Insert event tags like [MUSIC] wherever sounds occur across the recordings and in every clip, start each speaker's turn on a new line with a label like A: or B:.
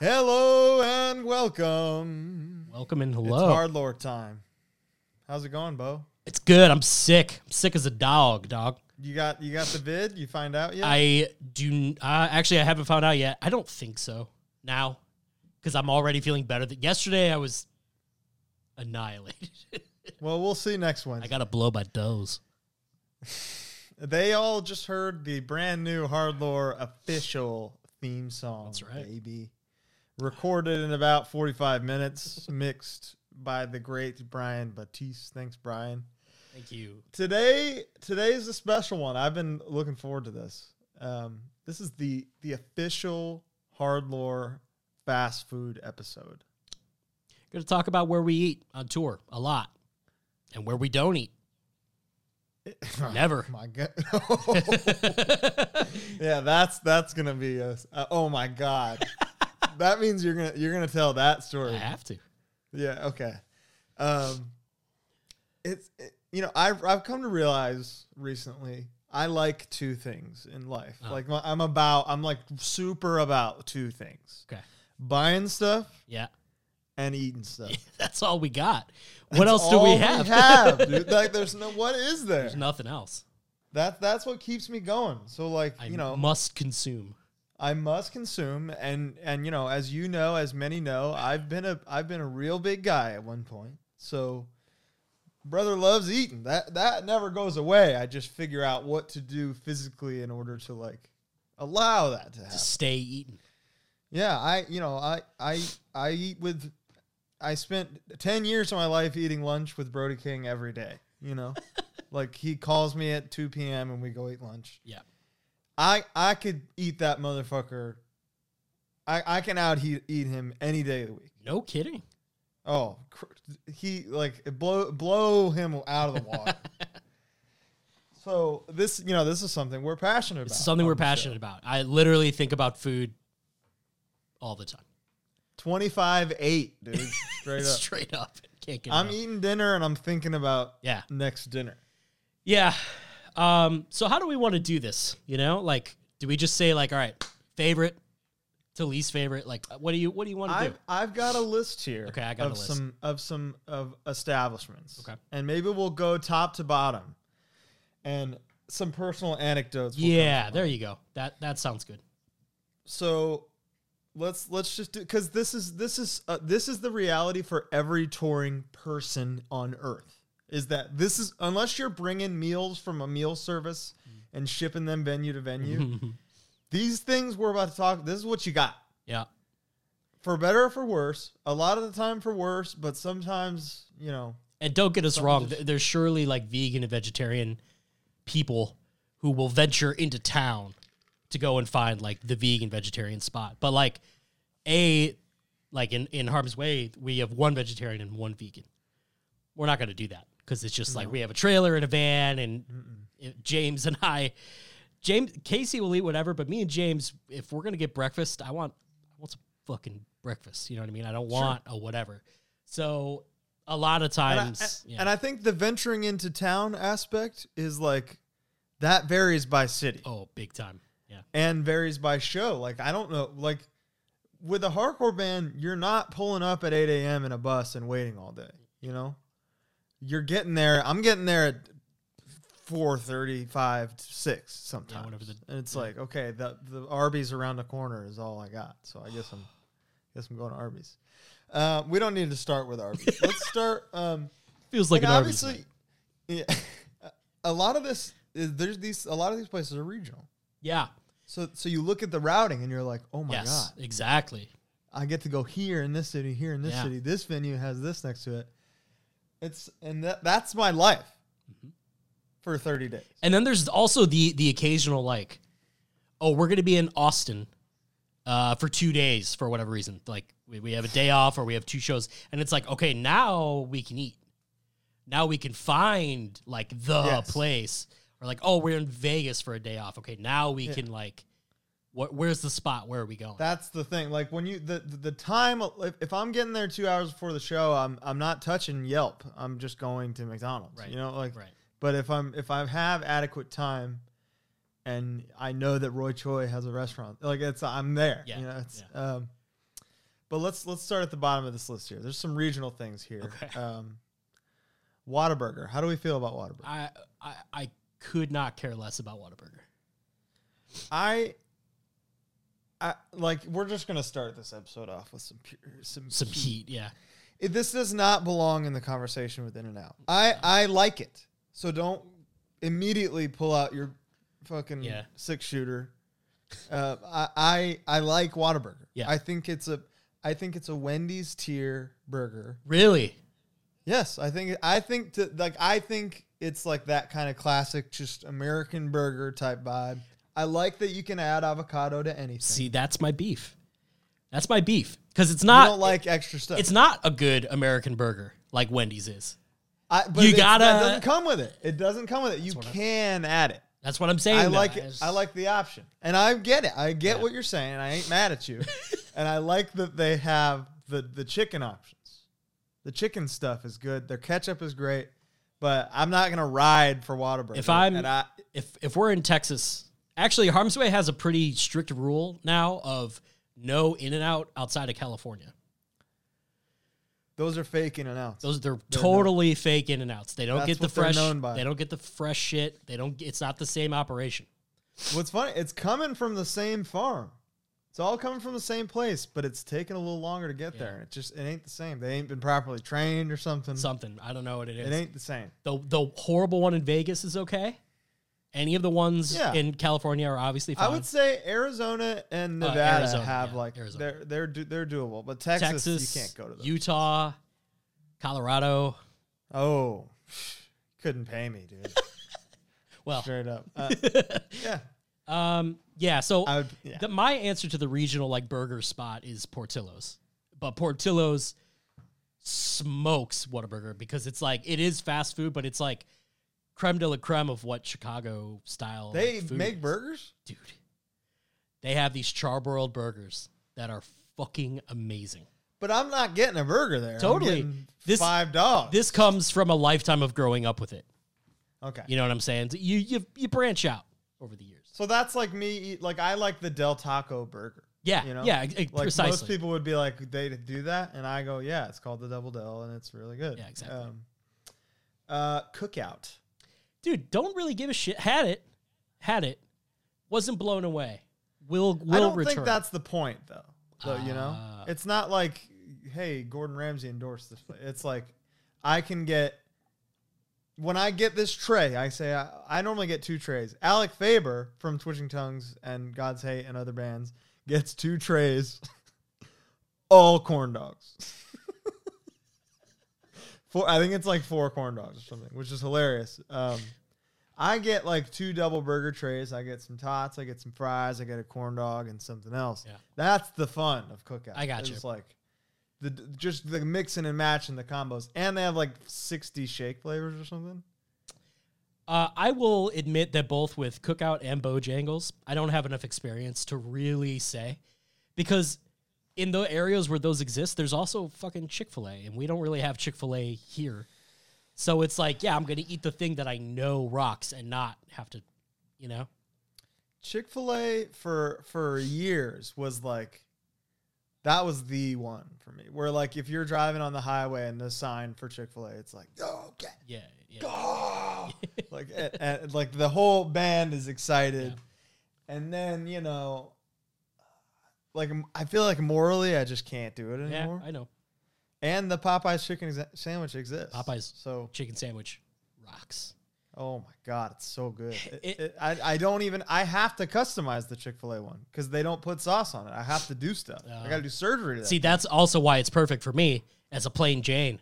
A: Hello and welcome.
B: Welcome and
A: It's
B: hello. It's,
A: hard lore time. How's it going, Bo?
B: good. I'm sick. I'm sick as a dog, dog.
A: You got you got the vid? You find out yet?
B: I do. Uh, actually, I haven't found out yet. I don't think so now, because I'm already feeling better. That yesterday I was annihilated. [LAUGHS]
A: well, we'll see next one.
B: I gotta blow my doze.
A: They all just heard the brand new hard lore official theme song.
B: That's right.
A: baby. Recorded in about forty five minutes, mixed by the great Brian Batiste. Thanks, Brian.
B: Thank you.
A: today today's a special one i've been looking forward to this um, this is the the official hard lore fast food episode
B: Gonna talk about where we eat on tour a lot, and where we don't eat.
A: [LAUGHS]
B: Never.
A: Oh my god yeah that's that's gonna be a uh, oh my god that means you're gonna you're gonna tell that
B: [LAUGHS] I
A: story
B: have to.
A: Yeah. Okay. Um, it's it, you know I've I've come to realize recently I like two things in life.
B: Uh-huh.
A: Like my, I'm about I'm like super about two things:
B: Okay.
A: buying stuff
B: Yeah.
A: and eating stuff.
B: That's all we got. [LAUGHS] what
A: That's
B: else do
A: all
B: we have? [LAUGHS]
A: dude. Like there's no what is there?
B: There's nothing else.
A: that that's what keeps me going. So like
B: I
A: you know
B: must consume.
A: I must consume and and you know as you know as many know I've been a I've been a real big guy at one point. So brother loves eating. That that never goes away. I just figure out what to do physically in order to like allow that to happen.
B: Just stay eating.
A: Yeah, I you know, I I I eat with I spent 10 years of my life eating lunch with Brody King every day, you
B: [LAUGHS]
A: know. like he calls me at 2 p.m. and we go eat lunch.
B: Yeah.
A: I I could eat that motherfucker. I I can out he, eat him any day of the week.
B: No kidding.
A: Oh, cr- he like blow blow him out of the
B: [LAUGHS]
A: water. so this you know this is something we're passionate about.
B: It's something we're passionate about. I literally think about food all the time.
A: Twenty five eight, dude.
B: [LAUGHS]
A: Straight up.
B: Straight up. Can't get
A: I'm e-
B: enough.
A: eating dinner and I'm thinking about
B: Yeah.
A: next dinner.
B: Yeah. Um, so how do we want to do this? You know, like do we just say like, all right, favorite to least favorite? Like uh, what do you what do you want to
A: I've
B: do?
A: I've got a list here.
B: Okay, I got a
A: of
B: list.
A: some of some of establishments.
B: Okay.
A: and maybe we'll go top to bottom, and some personal anecdotes. will come
B: Yeah, there you go. That that sounds good.
A: so let's let's just do because this is this is uh, this is the reality for every touring person on earth is that this is unless you're bringing meals from a meal service
B: Mm.
A: and shipping them venue to venue
B: [LAUGHS]
A: these things we're about to talk this is what you got
B: yeah.
A: for better or for worse a lot of the time for worse but sometimes you know
B: And don't get us wrong, th- there's surely like vegan and vegetarian people who will venture into town to go and find like the vegan vegetarian spot. But like a like in in harm's way, we have one vegetarian and one vegan. We're not going to do that because it's just like we have a trailer and a van and if James and I James Casey will eat whatever, but me and James if we're going to get breakfast, I want I want some fucking breakfast, you know what I mean? I don't want a whatever. So a lot of
A: and I,
B: times yeah.
A: and I think the venturing into town aspect is like that varies by city
B: Oh, big time. Yeah.
A: and varies by show. Like I don't know, like with a hardcore band, you're not pulling up at 8 a.m. in a bus and waiting all day. You know, you're getting there. I'm getting there at 4:35, 6 sometimes.
B: whatever the-
A: and it's like, okay, the the Arby's around the corner is all I got. So I guess I'm, guess I'm going to Arby's. Uh, we don't need to start with
B: [LAUGHS]
A: Arby's. Let's start. Um,
B: Feels like,
A: and
B: an Arby's
A: obviously,
B: night.
A: yeah, [LAUGHS] a lot of this is there's these a lot of these places are regional.
B: Yeah.
A: So so you look at the routing and you're like, oh my
B: yes.
A: god,
B: Exactly.
A: I get to go here in this city, here in this
B: Yeah.
A: city. This venue has this next to it. It's and that that's my life
B: Mm-hmm.
A: for 30 days.
B: And then there's also the the occasional like, oh, we're gonna be in Austin uh, for two days for whatever reason. Like we, we have a day off or we have two shows, and it's like, okay, now we can eat. Now we can find like the
A: Yes.
B: place. Or like, oh, we're in Vegas for a day off. Okay, now we
A: Yeah.
B: can like what where's the spot? Where are we going?
A: That's the thing. Like when you the the, the time if, if I'm getting there 2 hours before the show, I'm I'm not touching Yelp. I'm just going to McDonald's.
B: Right.
A: You know, like
B: right.
A: but if I'm if I have adequate time and I know that Roy Choi has a restaurant, like it's I'm there.
B: Yeah,
A: You know, it's um But let's let's start at the bottom of this list here. There's some regional things here. [LAUGHS] Um, Whataburger. How do we feel about Whataburger?
B: I I, I could not care less about Whataburger.
A: I, I like. We're just gonna start this episode off with some pure, some
B: Some heat, yeah.
A: It- this does not belong in the conversation with In and Out. I I like it, so don't immediately pull out your fucking
B: Yeah.
A: six shooter. Uh, I, I I like Whataburger.
B: Yeah.
A: I think it's a I think it's a Wendy's tier burger.
B: Really?
A: Yes, I think I think to like I think it's like that kind of classic, just American burger type vibe. I like that you can add avocado to anything.
B: See, that's my beef. That's my beef because it's
A: you
B: not
A: don't like extra stuff.
B: it's not a good American burger like Wendy's is.
A: I, but
B: you
A: it's- that
B: gotta-
A: doesn't come with it. It doesn't come with it. You can add it.
B: That's what I'm saying.
A: I
B: though.
A: like it.
B: It's-
A: I like the option, and I get it. I get what you're saying. I ain't mad
B: [LAUGHS]
A: at you, and I like that they have the the chicken options. The chicken stuff is good. Their ketchup is great, but I'm not gonna ride for Whataburger.
B: If I'm-
A: and I,
B: if if we're in Texas, actually Harm's Way has a pretty strict rule now of no in and out outside of California.
A: those are fake in and outs.
B: Those they're, totally fake in and outs. They don't
A: That's
B: get the
A: what they're
B: fresh
A: known by.
B: they don't get the fresh shit. They don't it's not the same operation.
A: What's funny? It's coming from the same farm. It's all coming from the same place, but it's taking a little longer to get there. It just it ain't the same. They ain't been properly trained or something.
B: Something. I don't know what it is.
A: it ain't the same.
B: the the horrible one in Vegas is okay. Any of the ones
A: Yeah.
B: in California are obviously fine.
A: I would say Arizona and Nevada
B: Uh, Arizona,
A: have
B: yeah,
A: like
B: Arizona.
A: they're they're do, they're doable, but Texas,
B: Texas,
A: you can't go to them.
B: Utah, Colorado.
A: oh, couldn't pay me, dude.
B: [LAUGHS] Well,
A: Straight up. Uh,
B: [LAUGHS]
A: yeah,
B: um, yeah. So
A: I would. Oh, Yeah.
B: the, my answer to the regional like burger spot is Portillo's, but Portillo's smokes Whataburger because it's like it is fast food, but it's like creme de la creme of what Chicago style like,
A: they
B: food
A: make
B: is.
A: burgers.
B: dude. They have these charbroiled burgers that are fucking amazing.
A: But I'm not getting a burger there. I'm
B: Totally.
A: getting
B: This-
A: five dogs.
B: This comes from a lifetime of growing up with it.
A: okay.
B: You know what I'm saying? You you you branch out over the years.
A: So that's like me. eat- Like I like the Del Taco burger.
B: Yeah,
A: You know?
B: yeah, ex- ex-
A: Like
B: precisely.
A: most people would be like, they do that, and I go, yeah, it's called the Double Del, and it's really good.
B: Yeah, exactly.
A: Um, uh, cookout.
B: Dude, don't really give a shit. Had it, had it, wasn't blown away. Will will
A: I don't
B: return.
A: think that's the point, though. Though you know,
B: Ah.
A: it's not like, hey, Gordon Ramsay endorsed this. Place. It's like, I can get. When I get this tray, I say I, I normally get two trays. Alec Faber from Twitching Tongues and God's Hate and other bands gets two trays, all corn dogs. [LAUGHS] four, I think it's like four corn dogs or something, which is hilarious. Um, I get like two double burger trays. I get some tots. I get some fries. I get a corn dog and something else.
B: Yeah.
A: That's the fun of cookout.
B: I got you.
A: It's like the just the mixing and matching the combos, and they have like sixty shake flavors or something.
B: Uh, I will admit that both with Cookout and Bojangles, I don't have enough experience to really say, because in the areas where those exist, there's also fucking Chick Fil A, and we don't really have Chick Fil A here. So it's like, yeah, I'm gonna eat the thing that I know rocks and not have to, you know.
A: Chick Fil A for for years was like that was the one for me. Where like if you're driving on the highway and the sign for Chick Fil A, it's like "Oh, okay,
B: Yeah, yeah.
A: go. like and, and, like the whole band is excited, and then you know, like I feel like morally I just can't do it
B: Yeah,
A: anymore.
B: I know.
A: and the Popeyes chicken exa- sandwich exists.
B: Popeyes.
A: so
B: Chicken sandwich rocks.
A: Oh my god, it's so good. It-
B: It-
A: it- I, I don't even I have to customize the Chick Fil A one because they don't put sauce on it. I have to do stuff. I got to do surgery. To that.
B: Uh, See, that's also why it's perfect for me as a plain Jane.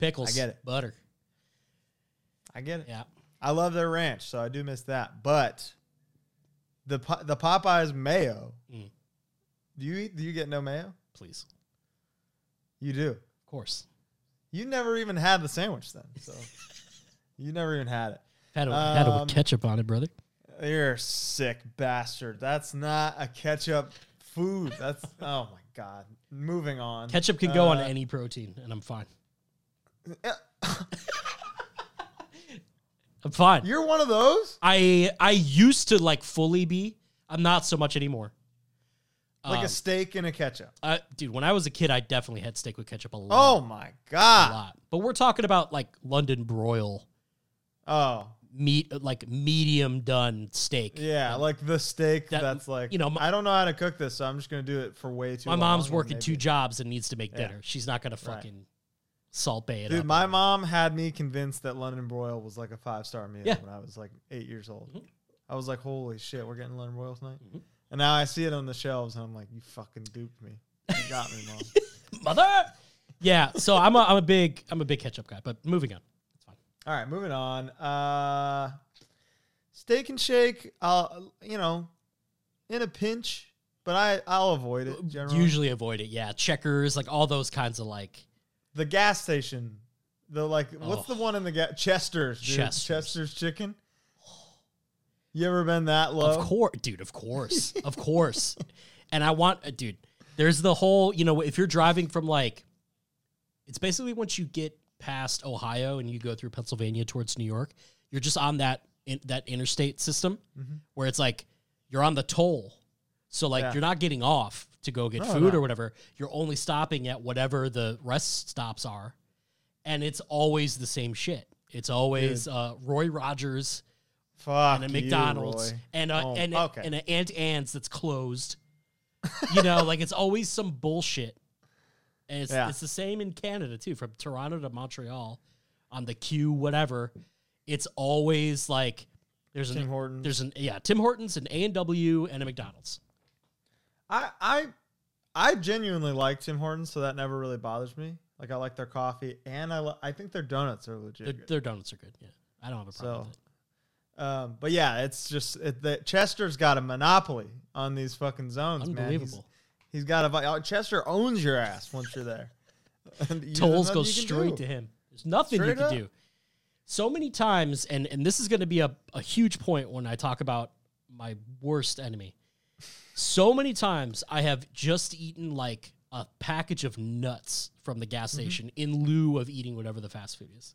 B: Pickles,
A: I get it.
B: butter.
A: I get it.
B: Yeah.
A: I love their ranch, so I do miss that. But the Po- the Popeyes mayo.
B: Mm.
A: Do you eat, do you get no mayo?
B: Please. Of
A: You do.
B: course.
A: You never even had the sandwich then,
B: [LAUGHS]
A: so you never even had it.
B: Had it, had it
A: Um,
B: with ketchup on it, brother.
A: You're a sick bastard. That's not a ketchup food. That's oh my god. Moving on.
B: Ketchup can go on
A: Uh,
B: any protein, and I'm fine. I'm fine.
A: You're one of those?
B: I I used to like fully be. I'm not so much anymore.
A: like a steak and a ketchup.
B: Uh, dude, when Um, I was a kid, I definitely had steak with ketchup a lot.
A: Oh my god.
B: lot. But we're talking about like London broil
A: Oh
B: meat, like medium done steak.
A: yeah, like the steak
B: That-
A: that's like
B: you know, my-
A: I don't know how to cook this, so I'm just gonna do it for way too.
B: My
A: long
B: mom's
A: and
B: working
A: maybe-
B: two jobs and needs to make
A: Yeah.
B: dinner. She's not gonna fucking salt bay it
A: Dude,
B: up.
A: my mom had me convinced that London broil was like a five star meal
B: Yeah. Mm-hmm.
A: when I was like eight years old. I was like, holy shit, we're getting London broil tonight.
B: Mhm.
A: And now I see it on the shelves, and I'm like, you fucking duped me. You got
B: [LAUGHS]
A: me, mom.
B: Mother. Yeah. So I'm a I'm a big I'm a big ketchup guy. But moving on. It's fine.
A: All right, moving on. Uh, steak and shake. I'll you know, in a pinch, but I I'll avoid
B: Uh,
A: it generally.
B: Usually avoid it. Yeah. Checkers, like all those kinds of like
A: the gas station. The like, what's
B: Oh.
A: the one in the gas? Chester's, dude.
B: Chester's.
A: Chester's. chicken. You ever been that low?
B: Of course, dude. Of course, of course. [LAUGHS] And I want, uh, dude. There's the whole, you know, if you're driving from like, it's basically once you get past Ohio and you go through Pennsylvania towards New York, you're just on that in, that interstate system where it's like you're on the toll, so like
A: Mm-hmm. Yeah.
B: you're not getting off to go get
A: No,
B: food
A: no.
B: or whatever. You're only stopping at whatever the rest stops are, and it's always the same shit. It's always uh, Roy Rogers
A: Fuck
B: and a
A: you,
B: McDonald's
A: Roy.
B: and a,
A: Oh,
B: and a,
A: okay.
B: and a Aunt Anne's that's closed. you know, like it's always some bullshit. And it's,
A: Yeah.
B: it's the same in Canada too, from Toronto to Montreal on the Q whatever. It's always like there's
A: Tim
B: an
A: Hortons.
B: there's an yeah, Tim Hortons and A&W and a McDonald's.
A: I I I genuinely like Tim Hortons, so that never really bothers me. Like I like their coffee, and I li- I think their donuts are legit.
B: Their,
A: good.
B: their donuts are good. Yeah. I don't have a problem
A: So,
B: with it.
A: um, but yeah, it's just it, that Chester's got a monopoly on these fucking zones, man. He's-
B: Unbelievable.
A: he's got a vi- oh, Chester owns your ass once you're there. [LAUGHS] And you-
B: tolls
A: there's
B: go
A: nothing you can do.
B: straight to him. There's nothing you
A: Straight
B: can
A: up.
B: do. So many times, and and this is going to be a, a huge point when I talk about my worst enemy. So many times I have just eaten like a package of nuts from the gas
A: Mm-hmm.
B: station in lieu of eating whatever the fast food is,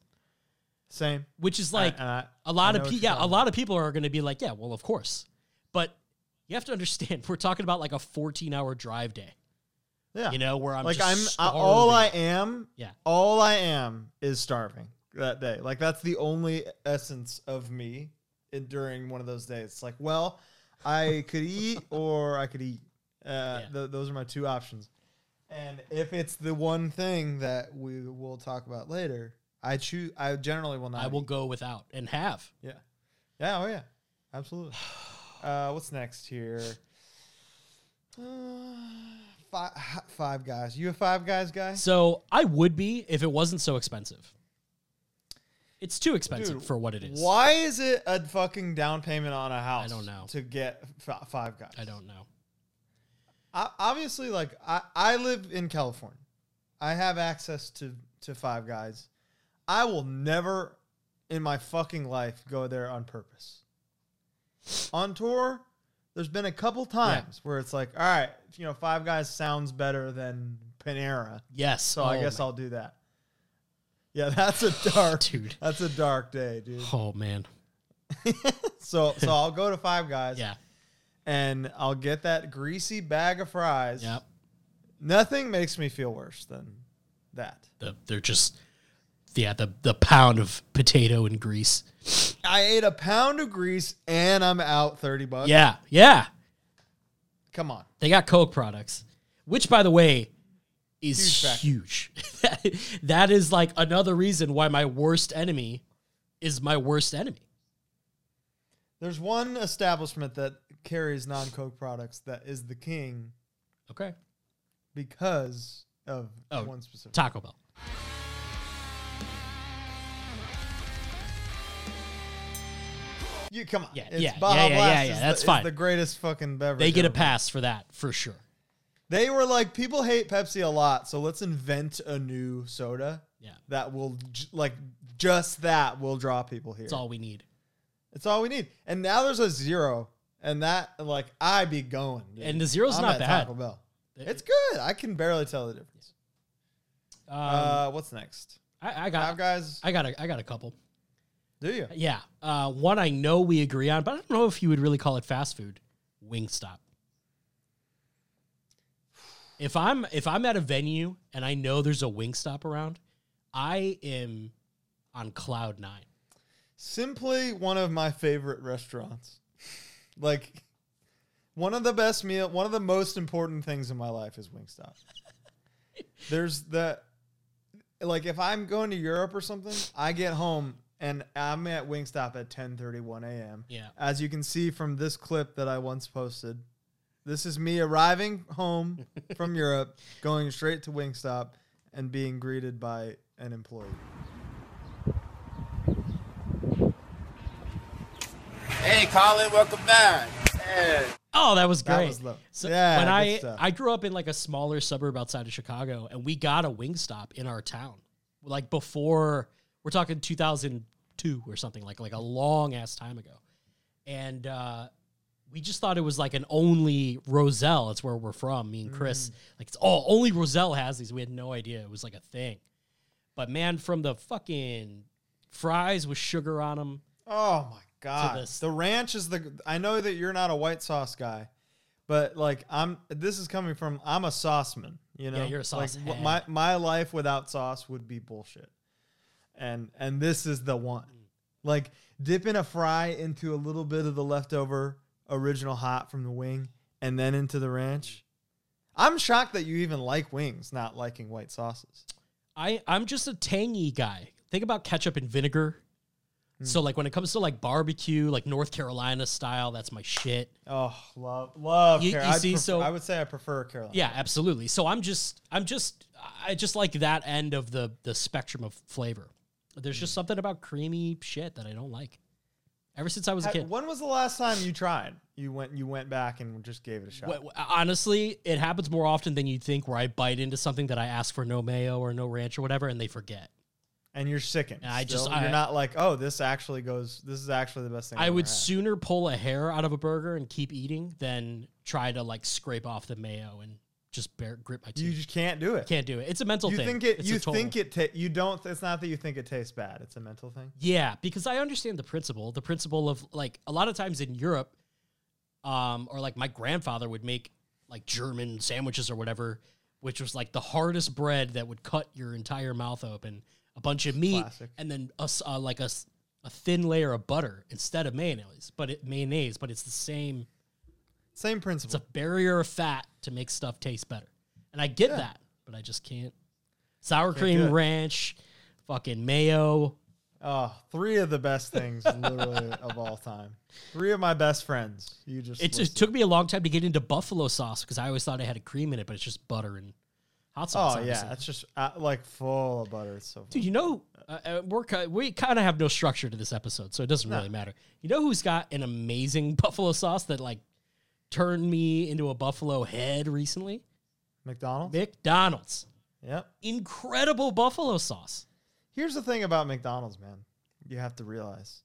A: Same.
B: which is like
A: And I-
B: a lot
A: I
B: of
A: know
B: pe-
A: what you're
B: yeah, a
A: talking
B: lot of people are going to be like, yeah, well, of course, but you have to understand we're talking about like a 14 hour drive day,
A: yeah.
B: you know, where I'm
A: like
B: just
A: I'm I, all I
B: starving.
A: am.
B: Yeah.
A: All I am is starving that day. Like that's the only essence of me in, during one of those days. It's like, well, I
B: [LAUGHS]
A: could eat or I could eat. Uh,
B: Yeah.
A: th- those are my two options. And if it's the one thing that we will talk about later, I choose. I generally will not.
B: I will
A: eat.
B: go without and have.
A: Yeah. Yeah. Oh yeah. Absolutely.
B: [SIGHS]
A: Uh, what's next here? Uh, five, five guys. You a five guys guy?
B: So I would be if it wasn't so expensive. It's too expensive
A: Dude,
B: for what it is.
A: Why is it a fucking down payment on a house?
B: don't know.
A: To get f- five guys,
B: I don't know.
A: I, obviously, like I, I live in California. I have access to to five guys. I will never in my fucking life go there on purpose. On tour, there's been a couple times where it's like, all right, you know, five guys sounds better than Panera,
B: Yes.
A: so I
B: oh
A: guess
B: man.
A: I'll do that. Yeah, [LAUGHS] that's a dark
B: [LAUGHS] Dude.
A: That's a dark day, dude.
B: Oh man.
A: So so I'll go to Five Guys
B: Yeah.
A: and I'll get that greasy bag of fries.
B: Yeah.
A: Nothing makes me feel worse than that.
B: The, they're just yeah the the pound of potato and grease.
A: I ate a pound of grease and I'm out 30 bucks.
B: Yeah. Yeah.
A: Come on.
B: They got Coke products, which by the way
A: Huge
B: is
A: factor.
B: huge. [LAUGHS] that is like another reason why my worst enemy is my worst enemy.
A: There's one establishment that carries non Coke products that is the king
B: Okay.
A: because of
B: Oh,
A: one specific.
B: Taco Bell.
A: you come on.
B: Yeah,
A: it's
B: yeah,
A: Baja
B: yeah, yeah,
A: Blast
B: yeah,
A: is
B: yeah,
A: the-
B: that's
A: is
B: fine.
A: the greatest fucking beverage.
B: They get a
A: ever.
B: pass for that for sure.
A: They were like, people hate Pepsi a lot, so let's invent a new soda.
B: Yeah.
A: that will j- like just that will draw people here.
B: That's all we need.
A: It's all we need. And now there's a zero, and that like I be going. dude.
B: And the zero's
A: I'm
B: not
A: at
B: bad.
A: Taco Bell.
B: It-
A: It's good. I can barely tell the difference.
B: Um,
A: uh, what's next?
B: I, I
A: Five
B: got,
A: guys.
B: I got, a, I got a couple.
A: do you?
B: Yeah, uh, one I know we agree on, but I don't know if you would really call it fast food. Wingstop. If I'm if I'm at a venue and I know there's a Wingstop around, I am on cloud nine.
A: Simply one of my favorite restaurants. like one of the best meal, one of the most important things in my life is Wingstop. There's that like if I'm going to Europe or something, I get home and I'm at Wingstop at 10:31 a.m.
B: Yeah.
A: As you can see from this clip that I once posted, this is me arriving home from Europe, going straight to Wingstop and being greeted by an employee.
C: Hey, Colin, welcome back. Hey.
B: Oh, that was
A: That
B: great.
A: was lo-
B: So
A: Yeah,
B: when
A: good
B: I
A: stuff.
B: I grew up in like a smaller suburb outside of Chicago, and we got a Wingstop in our town, like before we're talking 2002 or something like like a long ass time ago, and uh, we just thought it was like an only Roselle. It's where we're from. Me and
A: Mm.
B: Chris, like it's all only Roselle has these. We had no idea it was like a thing, but man, from the fucking fries with sugar on them
A: Oh my god.
B: this-
A: The ranch is the I know that you're not a white sauce guy, but like I'm this is coming from I'm a sauceman, you know.
B: you're a sauce
A: Like, wh-
B: head.
A: my my life without sauce would be bullshit. And and this is the one. Like dipping a fry into a little bit of the leftover original hot from the wing and then into the ranch. I'm shocked that you even like wings, not liking white sauces.
B: I I'm just a tangy guy. Think about ketchup and vinegar. So like when it comes to like barbecue, like North Carolina style, that's my shit.
A: Oh, love, love.
B: You-
A: Car-
B: you
A: I'd
B: see,
A: prefer-
B: so-
A: I would say I prefer Carolina.
B: Yeah, absolutely. So I'm just I'm just I just like that end of the the spectrum of flavor. There's just something about creamy shit that I don't like. Ever since I was a
A: Ha-
B: kid.
A: When was the last time you tried? You went you went back and just gave it a shot.
B: Wh- wh- Honestly, it happens more often than you'd think where I bite into something that I ask for no mayo or no ranch or whatever and they forget.
A: and you're sickened.
B: I
A: still.
B: just- I-
A: you're not like, oh, this actually goes. This is actually the best thing.
B: I
A: I've
B: would
A: ever had."
B: sooner pull a hair out of a burger and keep eating than try to like scrape off the mayo and just bear, grip my
A: You
B: teeth.
A: just can't do it.
B: Can't do it. It's a mental
A: you
B: thing.
A: think it?
B: It's a
A: you
B: total-
A: think it? Ta- you don't. It's not that you think it tastes bad. It's a mental thing.
B: Yeah, because I understand the principle. The principle of like a lot of times in Europe, um, or like my grandfather would make like German sandwiches or whatever, which was like the hardest bread that would cut your entire mouth open, a bunch of meat,
A: Classic.
B: and then a s uh, like a, s- a thin layer of butter instead of mayonnaise. But it mayonnaise, but it's the same.
A: Same
B: It's
A: principle.
B: a barrier of fat to make stuff taste better. And I get that, but I just can't. Sour
A: do
B: cream
A: it.
B: ranch, fucking mayo.
A: oh, three of the best
B: [LAUGHS]
A: things literally of all time. Three of my best friends. You just.
B: It just
A: listed.
B: took me a long time to get into buffalo sauce because I always thought it had a cream in it, but it's just butter and hot
A: Oh
B: sauce.
A: yeah,
B: obviously.
A: it's just uh, like full of butter. It's so.
B: Dude, you know, uh, uh, we're, ki- we kind of have no structure to this episode, so it doesn't really matter. You know who's got an amazing [LAUGHS] buffalo sauce that like turned me into a buffalo head recently?
A: McDonald's.
B: McDonald's.
A: Yep.
B: Incredible buffalo sauce.
A: Here's the thing about McDonald's, man. You have to realize,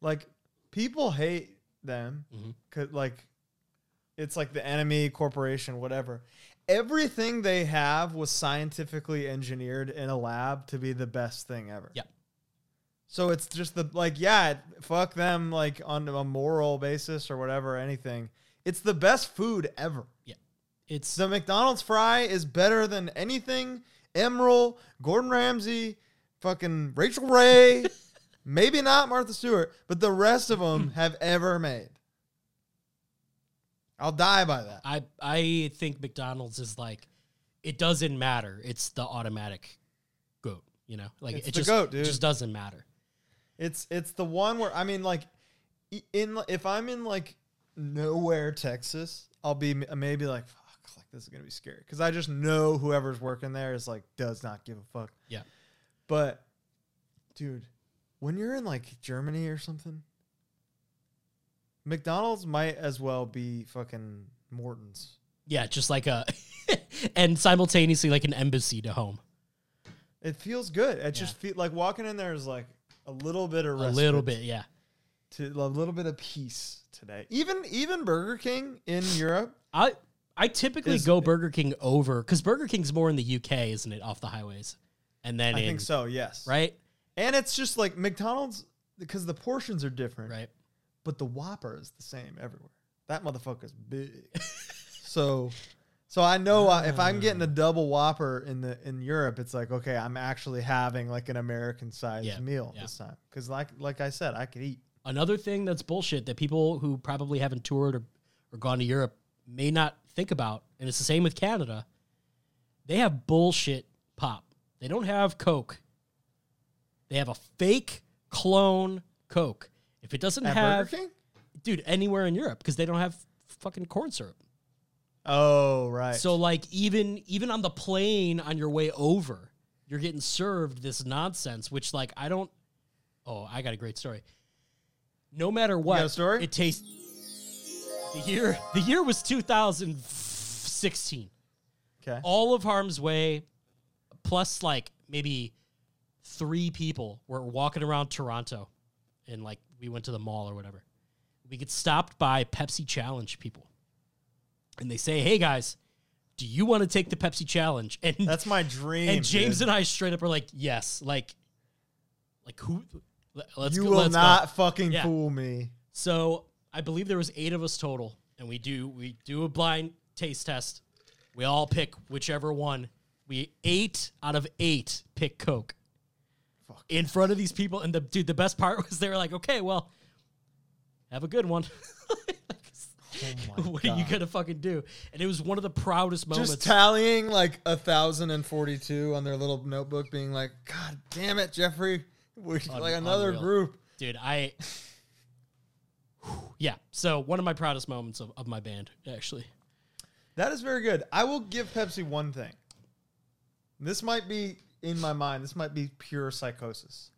A: like, people hate them.
B: Mhm.
A: 'cause, like, it's like the enemy corporation, whatever. Everything they have was scientifically engineered in a lab to be the best thing ever.
B: Yep.
A: So it's just the like, yeah, it- fuck them, like on a moral basis or whatever, anything. It's the best food ever.
B: It's
A: The McDonald's fry is better than anything. Emerald, Gordon Ramsay, fucking Rachel Ray, maybe not Martha Stewart, but the rest of them have ever made. I'll die by that.
B: I I think McDonald's is like it doesn't matter. It's the automatic goat, you know? Like
A: It's
B: it
A: the
B: just
A: goat, dude.
B: it just doesn't matter.
A: It's it's the one where I mean, like, i- in if I'm in like nowhere Texas, I'll be m- maybe like, fuck, like this is gonna be scary because I just know whoever's working there is like does not give a fuck.
B: Yeah.
A: But, dude, when you're in like Germany or something, McDonald's might as well be fucking Morton's.
B: Yeah, just like a [LAUGHS] and simultaneously like an embassy to home.
A: It feels good. It just feel like walking in there is like a little bit of
B: A little
A: respite
B: bit, yeah.
A: to a little bit of peace today. Even even Burger King in Europe.
B: I I typically
A: Is-
B: go Burger King over cuz Burger King's more in the UK, isn't it, off the highways. And then
A: I
B: in,
A: think so. Yes.
B: right?
A: And it's just like McDonald's because the portions are different,
B: Right.
A: but the Whopper is the same everywhere. That motherfucker's big. [LAUGHS] so So I know uh, if I'm
B: Ah.
A: getting a double whopper in the in Europe, it's like okay, I'm actually having like an American sized
B: Yeah,
A: meal
B: yeah.
A: this time because like like I said, I could eat.
B: Another thing that's bullshit that people who probably haven't toured or, or gone to Europe may not think about, and it's the same with Canada, they have bullshit pop. They don't have Coke. They have a fake clone Coke. If it doesn't
A: At
B: have,
A: Burger King?
B: dude, anywhere in Europe, because they don't have fucking corn syrup.
A: Oh right.
B: So like even even on the plane on your way over, you're getting served this nonsense, which like I don't. Oh, I got a great story. No matter what,
A: got a story?
B: it tastes. The year the year was 2016.
A: okay.
B: All of harm's way, plus like maybe three people were walking around Toronto, and like we went to the mall or whatever. We get stopped by Pepsi Challenge people, and they say, "Hey guys, do you want to take the Pepsi Challenge?" And
A: That's my dream.
B: and James
A: dude.
B: and I straight up are like, "Yes, like, like who? let- Let's
A: you
B: go,
A: will
B: let's go."
A: not fucking
B: Yeah.
A: fool
B: [LAUGHS]
A: me.
B: So I believe there was eight of us total, and we do we do a blind taste test. We all pick whichever one. We eight out of eight pick Coke. In front of these people, and the dude, the best part [LAUGHS] was they were like, "Okay, well, have a good one." [LAUGHS]
A: Oh my
B: what are you
A: God.
B: gonna fucking do? And it was one of the proudest
A: [LAUGHS]
B: moments.
A: Just tallying like a thousand and forty-two on their little notebook, being like, "God damn it, Jeffrey, [LAUGHS] we're like another
B: unreal.
A: group."
B: dude i [SIGHS] yeah so one of my proudest moments of, of my band actually
A: That is very good. I will give Pepsi one thing. This might be in my mind. This might be pure psychosis.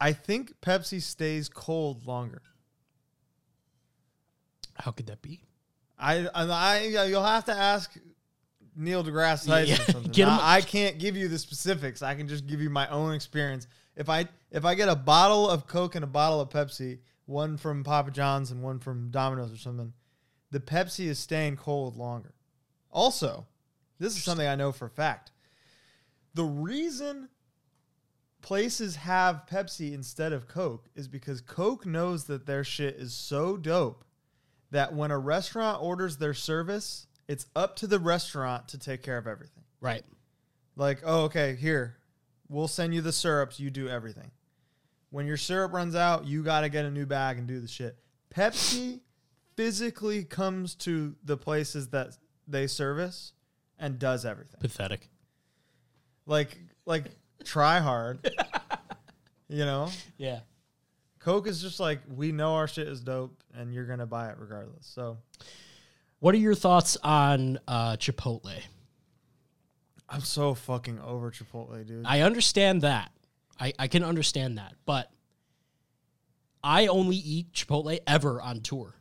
A: I think Pepsi stays cold longer.
B: how could that be
A: I, I, I you'll have to ask Neil deGrasse Tyson.
B: [LAUGHS] Yeah.
A: Or something.
B: Get him-
A: I, I can't give you the specifics. I can just give you my own experience. If I if I get a bottle of Coke and a bottle of Pepsi, one from Papa John's and one from Domino's or something, the Pepsi is staying cold longer. Also, this is something I know for a fact. The reason places have Pepsi instead of Coke is because Coke knows that their shit is so dope that when a restaurant orders their service, it's up to the restaurant to take care of everything.
B: right
A: Like, oh, okay, here, we'll send you the syrups, you do everything. When your syrup runs out, you got to get a new bag and do the shit. Pepsi physically comes to the places that they service and does everything
B: pathetic
A: like like try hard. [LAUGHS] you know,
B: yeah
A: Coke is just like we know our shit is dope, and you're gonna buy it regardless. So
B: what are your thoughts on uh, chipotle
A: I'm so fucking over Chipotle, dude.
B: i understand that I, I can understand that but i only eat chipotle ever on tour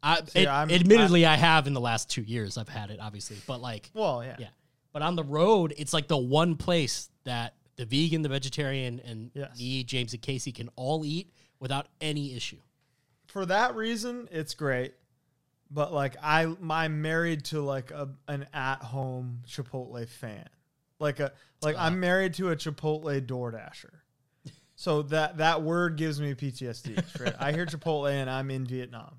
B: I,
A: See,
B: ad-
A: I'm-
B: admittedly I have in the last two years i've had it obviously but like
A: well, yeah,
B: Yeah. But on the road, it's like the one place that the vegan, the vegetarian, and
A: Yes.
B: me, James, and Casey can all eat without any issue.
A: For that reason, it's great. But like I, I'm married to like a an at home Chipotle fan. Like a like
B: Ah.
A: I'm married to a Chipotle door dasher. So that that word gives me PTSD. straight. I hear Chipotle and I'm in Vietnam.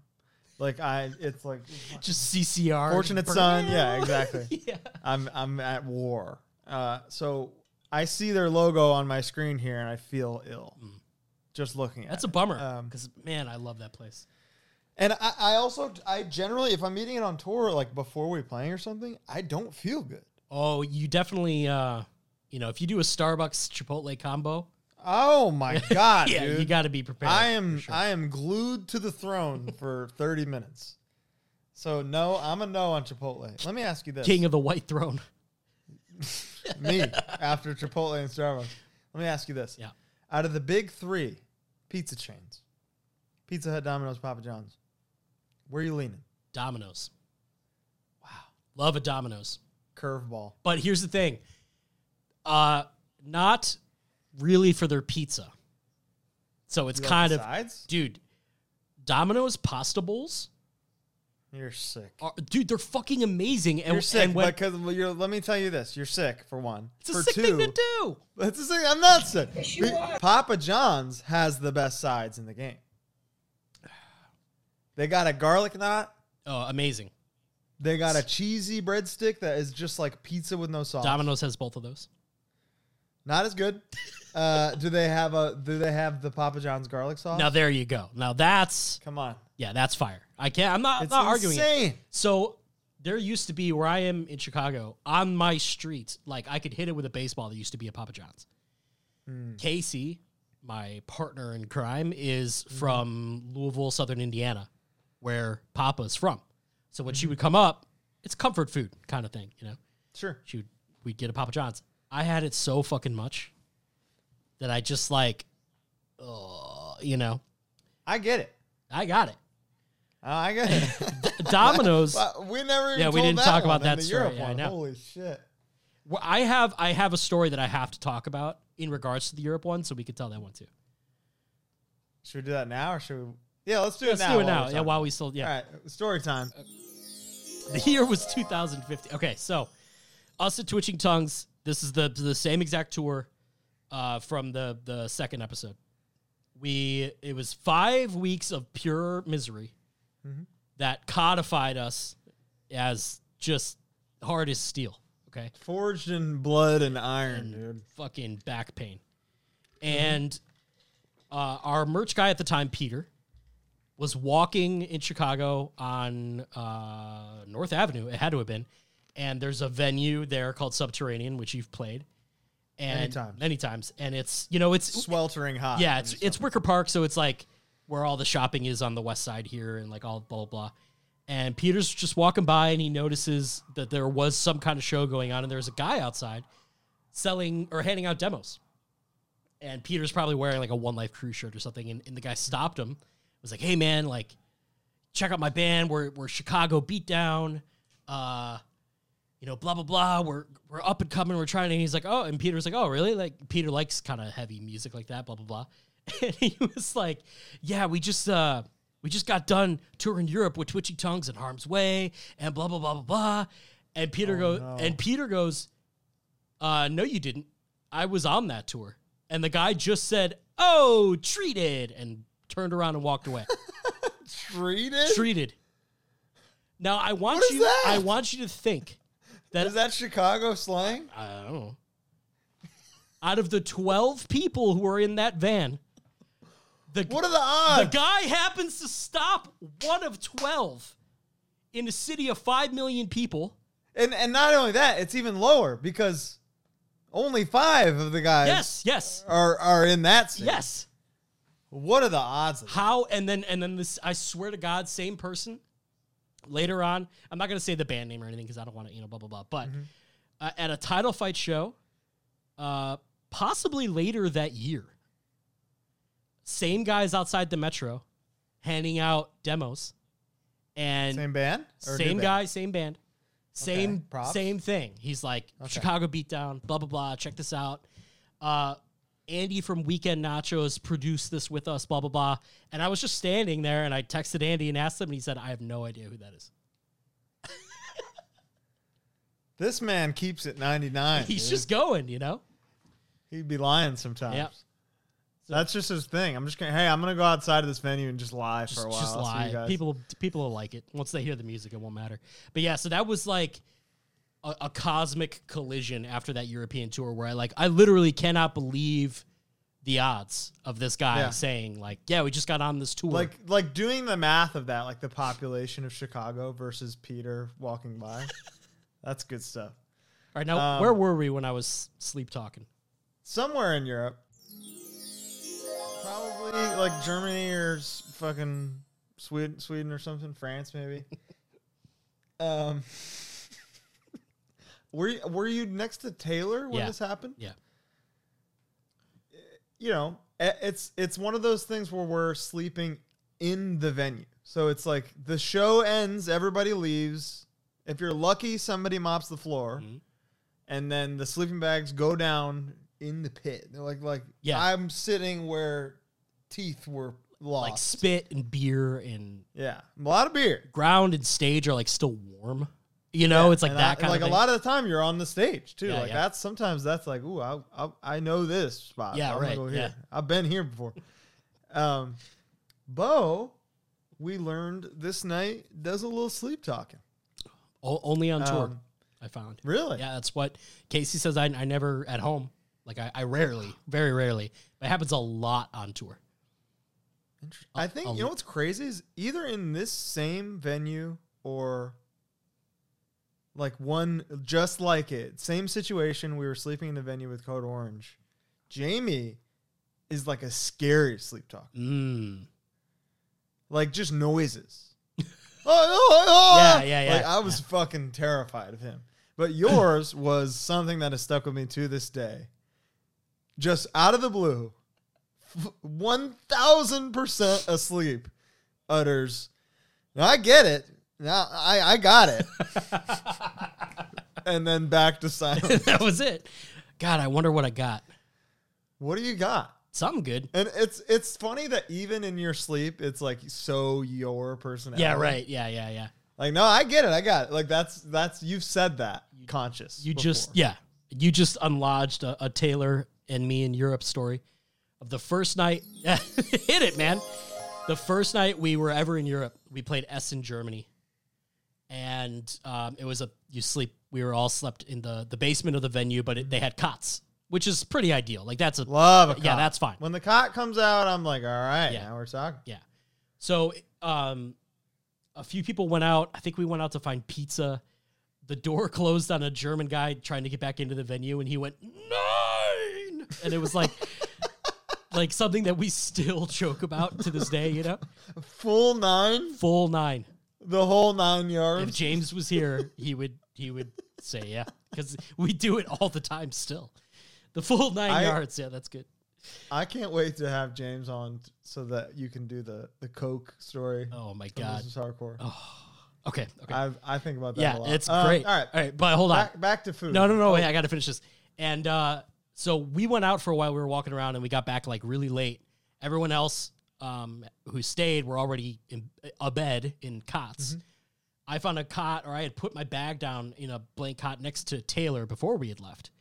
A: Like I, it's like
B: Just CCR.
A: Fortunate son, yeah, exactly.
B: [LAUGHS] yeah.
A: I'm I'm at war. Uh, so I see their logo on my screen here, and I feel ill just looking at.
B: Mm. That's a
A: it.
B: bummer.
A: Um,
B: Because, man, I love that place.
A: and I, I also I generally, if I'm eating it on tour, like before we're playing or something, I don't feel good.
B: Oh, you definitely, uh, you know, if you do a Starbucks Chipotle combo,
A: Oh
B: [LAUGHS]
A: my god,
B: yeah,
A: dude!
B: you got to be prepared.
A: I am
B: for sure.
A: I am glued to the throne
B: [LAUGHS]
A: for 30 minutes. So no, I'm a no on Chipotle. Let me ask you this:
B: king of the white throne.
A: [LAUGHS] me after Chipotle and Starbucks. Let me ask you this.
B: Yeah.
A: Out of the big three pizza chains, Pizza Hut, Domino's, Papa John's, where are you leaning?
B: Domino's. Wow. Love a Domino's.
A: Curveball.
B: But here's the thing. Uh not really for their pizza. So it's
A: You like
B: kind
A: the
B: of
A: sides?
B: dude, Domino's pasta bowls
A: You're sick.
B: are dude, they're fucking amazing. And,
A: You're sick
B: and when
A: because well, you're. Let me tell you this. You're sick for one.
B: it's a
A: for
B: sick
A: two,
B: thing to do.
A: That's the thing. I'm not sick. Pe- Papa John's has the best sides in the game. They got a garlic knot.
B: Oh, amazing.
A: They got a cheesy breadstick that is just like pizza with no sauce.
B: Domino's has both of those.
A: Not as
B: [LAUGHS]
A: good. Uh, do they have a? Do they have the Papa John's garlic sauce?
B: Now there you go. Now that's
A: Come on,
B: yeah, that's fire. I can't. I'm not. I'm
A: it's
B: not arguing. it.
A: insane.
B: So there used to be where I am in Chicago on my streets, like I could hit it with a baseball that used to be a Papa John's.
A: Hmm.
B: Casey, my partner in crime, is
A: Hmm.
B: from Louisville, Southern Indiana, where Papa's from. So when she
A: Hmm.
B: would come up, it's comfort food kind of thing, you know.
A: Sure.
B: She would, we'd get a Papa John's. I had it so fucking much that I just like, uh, you know,
A: I get it. [LAUGHS]
B: I got it.
A: I get
B: [LAUGHS]
A: it.
B: Domino's.
A: But we never. Even
B: Yeah, we
A: told
B: didn't
A: that
B: talk
A: one
B: about
A: in
B: that
A: the
B: story.
A: Europe
B: Yeah, I
A: one.
B: know.
A: Holy shit.
B: Well, I have I have a story that I have to talk about in regards to the Europe one, so we could tell that one too.
A: Should we do that now or should we? Yeah, let's do
B: Let's
A: it now.
B: do it
A: while
B: now.
A: we're
B: Yeah,
A: talking.
B: while we still yeah.
A: All right, story time.
B: [LAUGHS] The year was 2015. Okay, so us at Twitching Tongues. This is the the same exact tour uh, from the the second episode. We it was five weeks of pure misery
A: Mm-hmm.
B: that codified us as just hard as steel. Okay.
A: Forged in blood and iron, dude.
B: fucking back pain. And uh, our merch guy at the time, Peter, was walking in Chicago on uh, North Avenue. It had to have been. And there's a venue there called Subterranean, which you've played. And
A: Many times.
B: Many times. And it's, you know, it's,
A: Sweltering hot.
B: yeah, it's it's Wicker Park, so it's like where all the shopping is on the west side here, and like all blah blah blah. And Peter's just walking by, and he notices that there was some kind of show going on, and there's a guy outside selling or handing out demos. And Peter's probably wearing like a One Life Crew shirt or something, and, and the guy stopped him. Was like, "Hey man, like, check out my band. We're we're Chicago Beatdown." Uh, you know, blah blah blah. We're we're up and coming. We're trying. And he's like, oh, and Peter's like, oh, really? Like Peter likes kind of heavy music like that. Blah blah [LAUGHS] blah. And he was like, yeah, we just uh we just got done touring Europe with Twitchy Tongues and Harm's Way and blah blah blah blah blah. And Peter goes and Peter goes, uh, no, you didn't. I was on that tour, and the guy just said, oh, treated, and turned around and walked away. [LAUGHS]
A: treated.
B: treated. Now I want
A: What is
B: you.
A: that?
B: I want you to think that
A: Is that Chicago slang?
B: I don't know. Out of the 12 people who are in that van, the,
A: What are the odds?
B: the guy happens to stop one of 12 in a city of 5 million people.
A: and and not only that, it's even lower because only five of the guys
B: Yes, yes,
A: are are in that. Scene.
B: yes.
A: What are the odds? Of that?
B: How and then and then this I swear to God, same person later on. I'm not gonna say the band name or anything because I don't want to, you know, blah blah blah. But uh, at a title fight show, uh, possibly later that year, same guys outside the metro, handing out demos, and
A: Same band. Or new
B: same
A: band?
B: guy, same band, same
A: props.
B: same thing. He's like Chicago beatdown, blah blah blah. Check this out. Uh, Andy from Weekend Nachos produced this with us, blah blah blah. And I was just standing there, and I texted Andy and asked him, and he said, "I have no idea who that is." [LAUGHS]
A: This man keeps it ninety nine.
B: He's just going, you know.
A: he'd be lying sometimes.
B: Yep.
A: That's just his thing. I'm just gonna. Hey, I'm gonna go outside of this venue and just lie for a while.
B: Just
A: I'll see you
B: lie.
A: guys.
B: People people will like it once they hear the music. It won't matter. But yeah, so that was like a, a cosmic collision after that European tour, where I like I literally cannot believe the odds of this guy
A: Yeah.
B: saying like, "Yeah, we just got on this tour."
A: like like doing the math of that, like the population of Chicago versus Peter walking by. That's good stuff.
B: all right now,
A: um,
B: where were we when I was sleep talking?
A: Somewhere in Europe, probably like Germany or s- fucking Sweden, Sweden or something, France maybe. um, [LAUGHS] were you, were you next to Taylor when
B: Yeah.
A: this happened?
B: Yeah.
A: you know, i- it's it's one of those things where we're sleeping in the venue. So it's like the show ends, everybody leaves. If you're lucky, somebody mops the floor,
B: Mhm.
A: and then the sleeping bags go down in the pit. They're like like
B: Yeah.
A: I'm sitting where teeth were lost.
B: Like spit and beer and
A: yeah, a lot of beer.
B: ground and stage are like still warm. You know, it's like
A: And
B: that
A: I-
B: kind
A: like
B: of thing.
A: a lot of the time you're on the stage too.
B: Yeah,
A: like
B: yeah.
A: that's sometimes that's like ooh I I, I know this spot.
B: Yeah,
A: I'm gonna
B: right,
A: Go here.
B: yeah.
A: I've been here before. Um, Bo, we learned this night does a little sleep talking.
B: O- only on tour.
A: Um,
B: I found.
A: Really?
B: Yeah, that's what Casey says. I, I never at home. Like I, I rarely, very rarely. But it happens a lot on tour.
A: Inter- I think you know what's crazy is either in this same venue or like one just like it, same situation. We were sleeping in the venue with Code Orange. Jamie is like a scary sleep talker,
B: Mm. [LAUGHS]
A: like just noises. oh, oh, oh, oh.
B: Yeah, yeah,
A: Like
B: yeah,
A: I was fucking terrified of him. But yours [LAUGHS] was something that has stuck with me to this day. Just out of the blue, one thousand percent asleep, utters. "Now I get it. Now I I got
B: [LAUGHS]
A: it. and then back to silence.
B: that was it. God, I wonder what I got.
A: What do you got?
B: Something good.
A: And it's it's funny that even in your sleep, it's like so your personality.
B: Yeah, right. Yeah, yeah, yeah.
A: Like no, I get it. I got it. Like that's that's you've said that conscious.
B: You just
A: before.
B: yeah. You just unlodged a, a Taylor and me in Europe story of the first night. [LAUGHS] hit it, man. The first night we were ever in Europe, we played Essen, Germany, and um, it was a you sleep. We were all slept in the the basement of the venue, but it, they had cots, which is pretty ideal. Like that's a
A: love a
B: yeah,
A: cot.
B: that's fine.
A: When the cot comes out, I'm like, all right,
B: Yeah.
A: now we're talking.
B: Yeah. So um, a few people went out. I think we went out to find pizza. The door [LAUGHS] closed on a German guy trying to get back into the venue, and he went nine, and it was like, [LAUGHS] like something that we still [LAUGHS] joke about to this day. You know,
A: Full nine,
B: full nine.
A: the whole nine
B: If
A: yards.
B: James was here, he would he would say yeah, because we do it all the time still. The full nine
A: I-
B: yards. Yeah, that's good.
A: I can't wait to have James on t- so that you can do the the Coke story.
B: Oh my
A: from
B: god.
A: This is hardcore.
B: Okay. Okay.
A: I've, I think about that.
B: yeah,
A: a lot.
B: it's
A: Um,
B: great.
A: all right,
B: All right. But hold on.
A: back back to food. Oh.
B: No, no, no. Wait, I got to finish this. And uh, so we went out for a while. We were walking around and we got back like really late. Everyone else um, who stayed were already in uh, abed in cots.
A: Mm-hmm.
B: I found a cot, or I had put my bag down in a blank cot next to Taylor before we had left.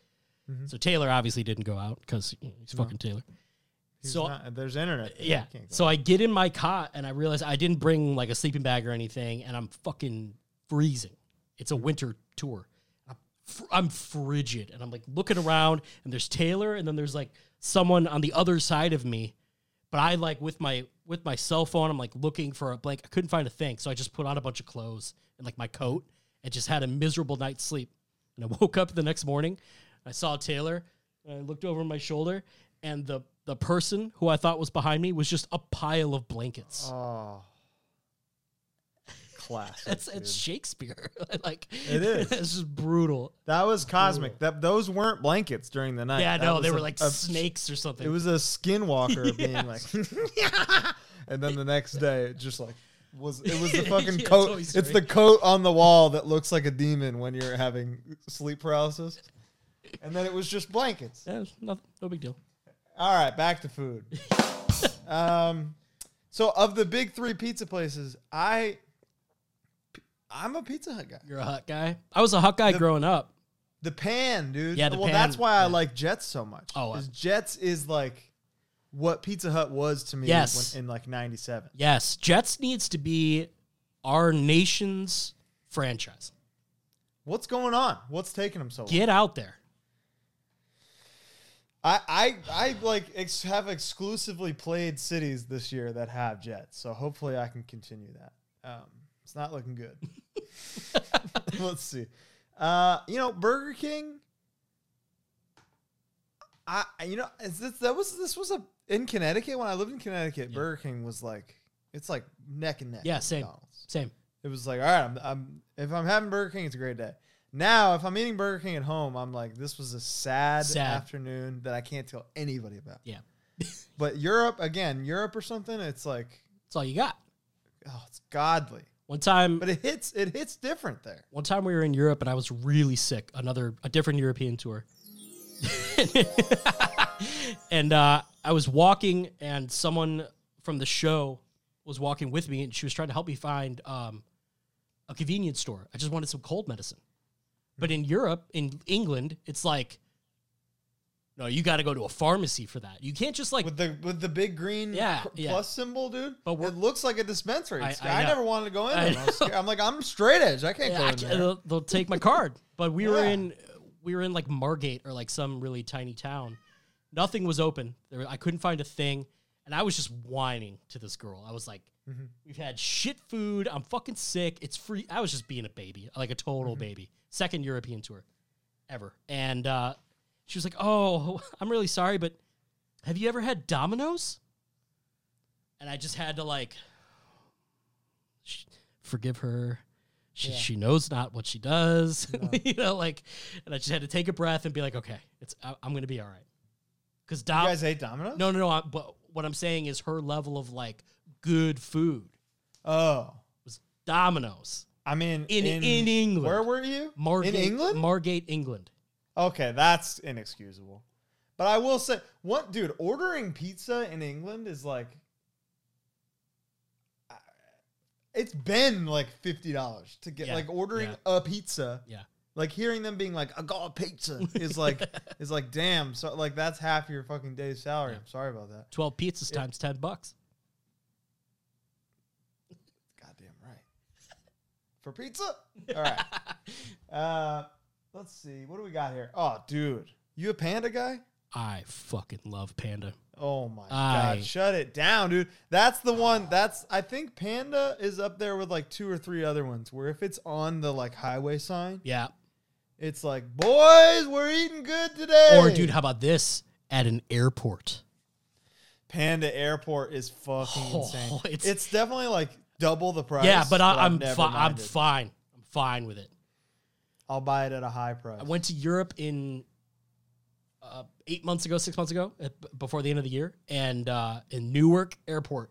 A: Mm-hmm.
B: So Taylor obviously didn't go out because he's fucking Taylor.
A: He's
B: so-
A: not- there's internet.
B: Yeah.
A: You can't go.
B: So I get in my cot and I realize I didn't bring like a sleeping bag or anything, and I'm fucking freezing. It's a winter tour. I'm, fr- I'm frigid, and I'm like looking around, and there's Taylor, and then there's like someone on the other side of me. But I like with my with my cell phone, I'm like looking for a blank. I couldn't find a thing, so I just put on a bunch of clothes and like my coat, and just had a miserable night's sleep. And I [LAUGHS] woke up the next morning. I saw Taylor. And I looked over my shoulder, and the the person who I thought was behind me was just a pile of blankets. [LAUGHS]
A: Oh. Classic.
B: That's
A: dude.
B: it's Shakespeare. [LAUGHS] like
A: It is.
B: [LAUGHS] It's just brutal.
A: that was cosmic. That those weren't blankets during the night.
B: Yeah,
A: That
B: no,
A: was
B: they were
A: a-
B: like
A: a-
B: snakes or something.
A: It was a
B: [LAUGHS]
A: skinwalker being like, [LAUGHS] and then the next day, it just like was it
B: [LAUGHS]
A: was the fucking
B: Yeah,
A: coat.
B: Toy
A: It's,
B: Story.
A: the coat on the wall that looks like a demon when you're having sleep paralysis. And then it was just blankets.
B: Yeah, it's not- no big deal.
A: All right, back to
B: [LAUGHS]
A: food. um, so of the big three pizza places, I I'm a Pizza Hut guy.
B: You're a hot guy. I was a hot guy growing up.
A: The pan, dude.
B: Yeah, the
A: well,
B: Pan,
A: that's why I
B: yeah.
A: like Jets so much.
B: Oh,
A: Oh,
B: uh,
A: Jets is like what Pizza Hut was to me
B: Yes.
A: when, in like '97.
B: Yes, Jets needs to be our nation's franchise.
A: What's going on? What's taking them so long?
B: Get out there.
A: I, I I like ex- have exclusively played cities this year that have Jets, so hopefully I can continue that. Um, it's not looking good. [LAUGHS] Let's see. Uh, you know, Burger King. I I- you know is this, that was this was a in Connecticut when I lived in Connecticut. Burger King was like it's like neck and neck.
B: Yeah,
A: with
B: same.
A: McDonald's.
B: Same.
A: It was like all right, I'm, I'm if I'm having Burger King, it's a great day. Now, if I'm eating Burger King at home, I'm like, this was a sad,
B: Sad.
A: afternoon that I can't tell anybody about.
B: Yeah.
A: [LAUGHS] But Europe, again, Europe or something, it's like,
B: That's all you got.
A: oh, it's godly.
B: One time
A: But it hits, it hits different there.
B: One time we were in Europe and I was really sick. Another a different European tour. [LAUGHS] and uh, I was walking and someone from the show was walking with me and she was trying to help me find um, a convenience store. I just wanted some cold medicine. But in Europe, in England, it's like No, you got to go to a pharmacy for that. You can't just like
A: with the with the big green
B: Yeah,
A: pr-
B: yeah.
A: plus symbol, dude.
B: But we're-
A: it looks like a dispensary.
B: I-
A: It's-
B: I
A: I,
B: know.
A: never wanted to go in.
B: I
A: there. I was
B: know.
A: scared. I'm like, I'm straight edge. I can't
B: Yeah,
A: go
B: I
A: in
B: can't-
A: there.
B: they'll, they'll take my card. But we were
A: Yeah.
B: in we were in like Margate or like some really tiny town. Nothing was open. There, I couldn't find a thing, and I was just whining to this girl. I was like, "We've had shit food. I'm fucking sick. It's free." I was just being a baby, like a total baby. Second European tour ever, and uh, she was like, "Oh, [LAUGHS] I'm really sorry, but have you ever had Domino's?" And I just had to like sh- forgive her. She, she knows not what she does, [LAUGHS] you know. Like, and I just had to take a breath and be like, okay, it's I, I'm gonna be all right. Because Dom,
A: You guys ate Domino's?
B: no, no, no. I, but what I'm saying is her level of like good food
A: Oh,
B: was Domino's,
A: I mean,
B: In- in England.
A: Where were you?
B: Margate,
A: in England?
B: Margate, England.
A: okay, that's inexcusable. But I will say, what, dude? Ordering pizza in England is like, I- it's been like fifty dollars to get
B: Yeah,
A: like ordering
B: yeah.
A: a pizza.
B: Yeah,
A: Like hearing them being like, "I got a pizza," is
B: [LAUGHS]
A: like, is like, damn. So like, that's half your fucking day's salary. I'm sorry about that.
B: twelve pizzas times ten bucks.
A: Goddamn right. For pizza? All
B: [LAUGHS]
A: right. Uh, let's see. What do we got here? Oh, dude. You a panda guy?
B: I fucking love Panda.
A: Oh my
B: I-
A: god. Shut it down, dude. That's the one. That's I think panda is up there with like two or three other ones where if it's on the like highway sign,
B: Yeah.
A: it's like, "Boys, we're eating good today."
B: Or dude, how about this at an airport?
A: Panda Airport is fucking
B: Oh,
A: insane.
B: it's-
A: It's, definitely like double the price.
B: yeah, but
A: so
B: I, I'm
A: never
B: fi- I'm
A: minded.
B: fine. I'm fine with it.
A: I'll buy it at a high price.
B: I went to Europe in uh, eight months ago, six months ago, uh, b- before the end of the year, and uh, in Newark Airport,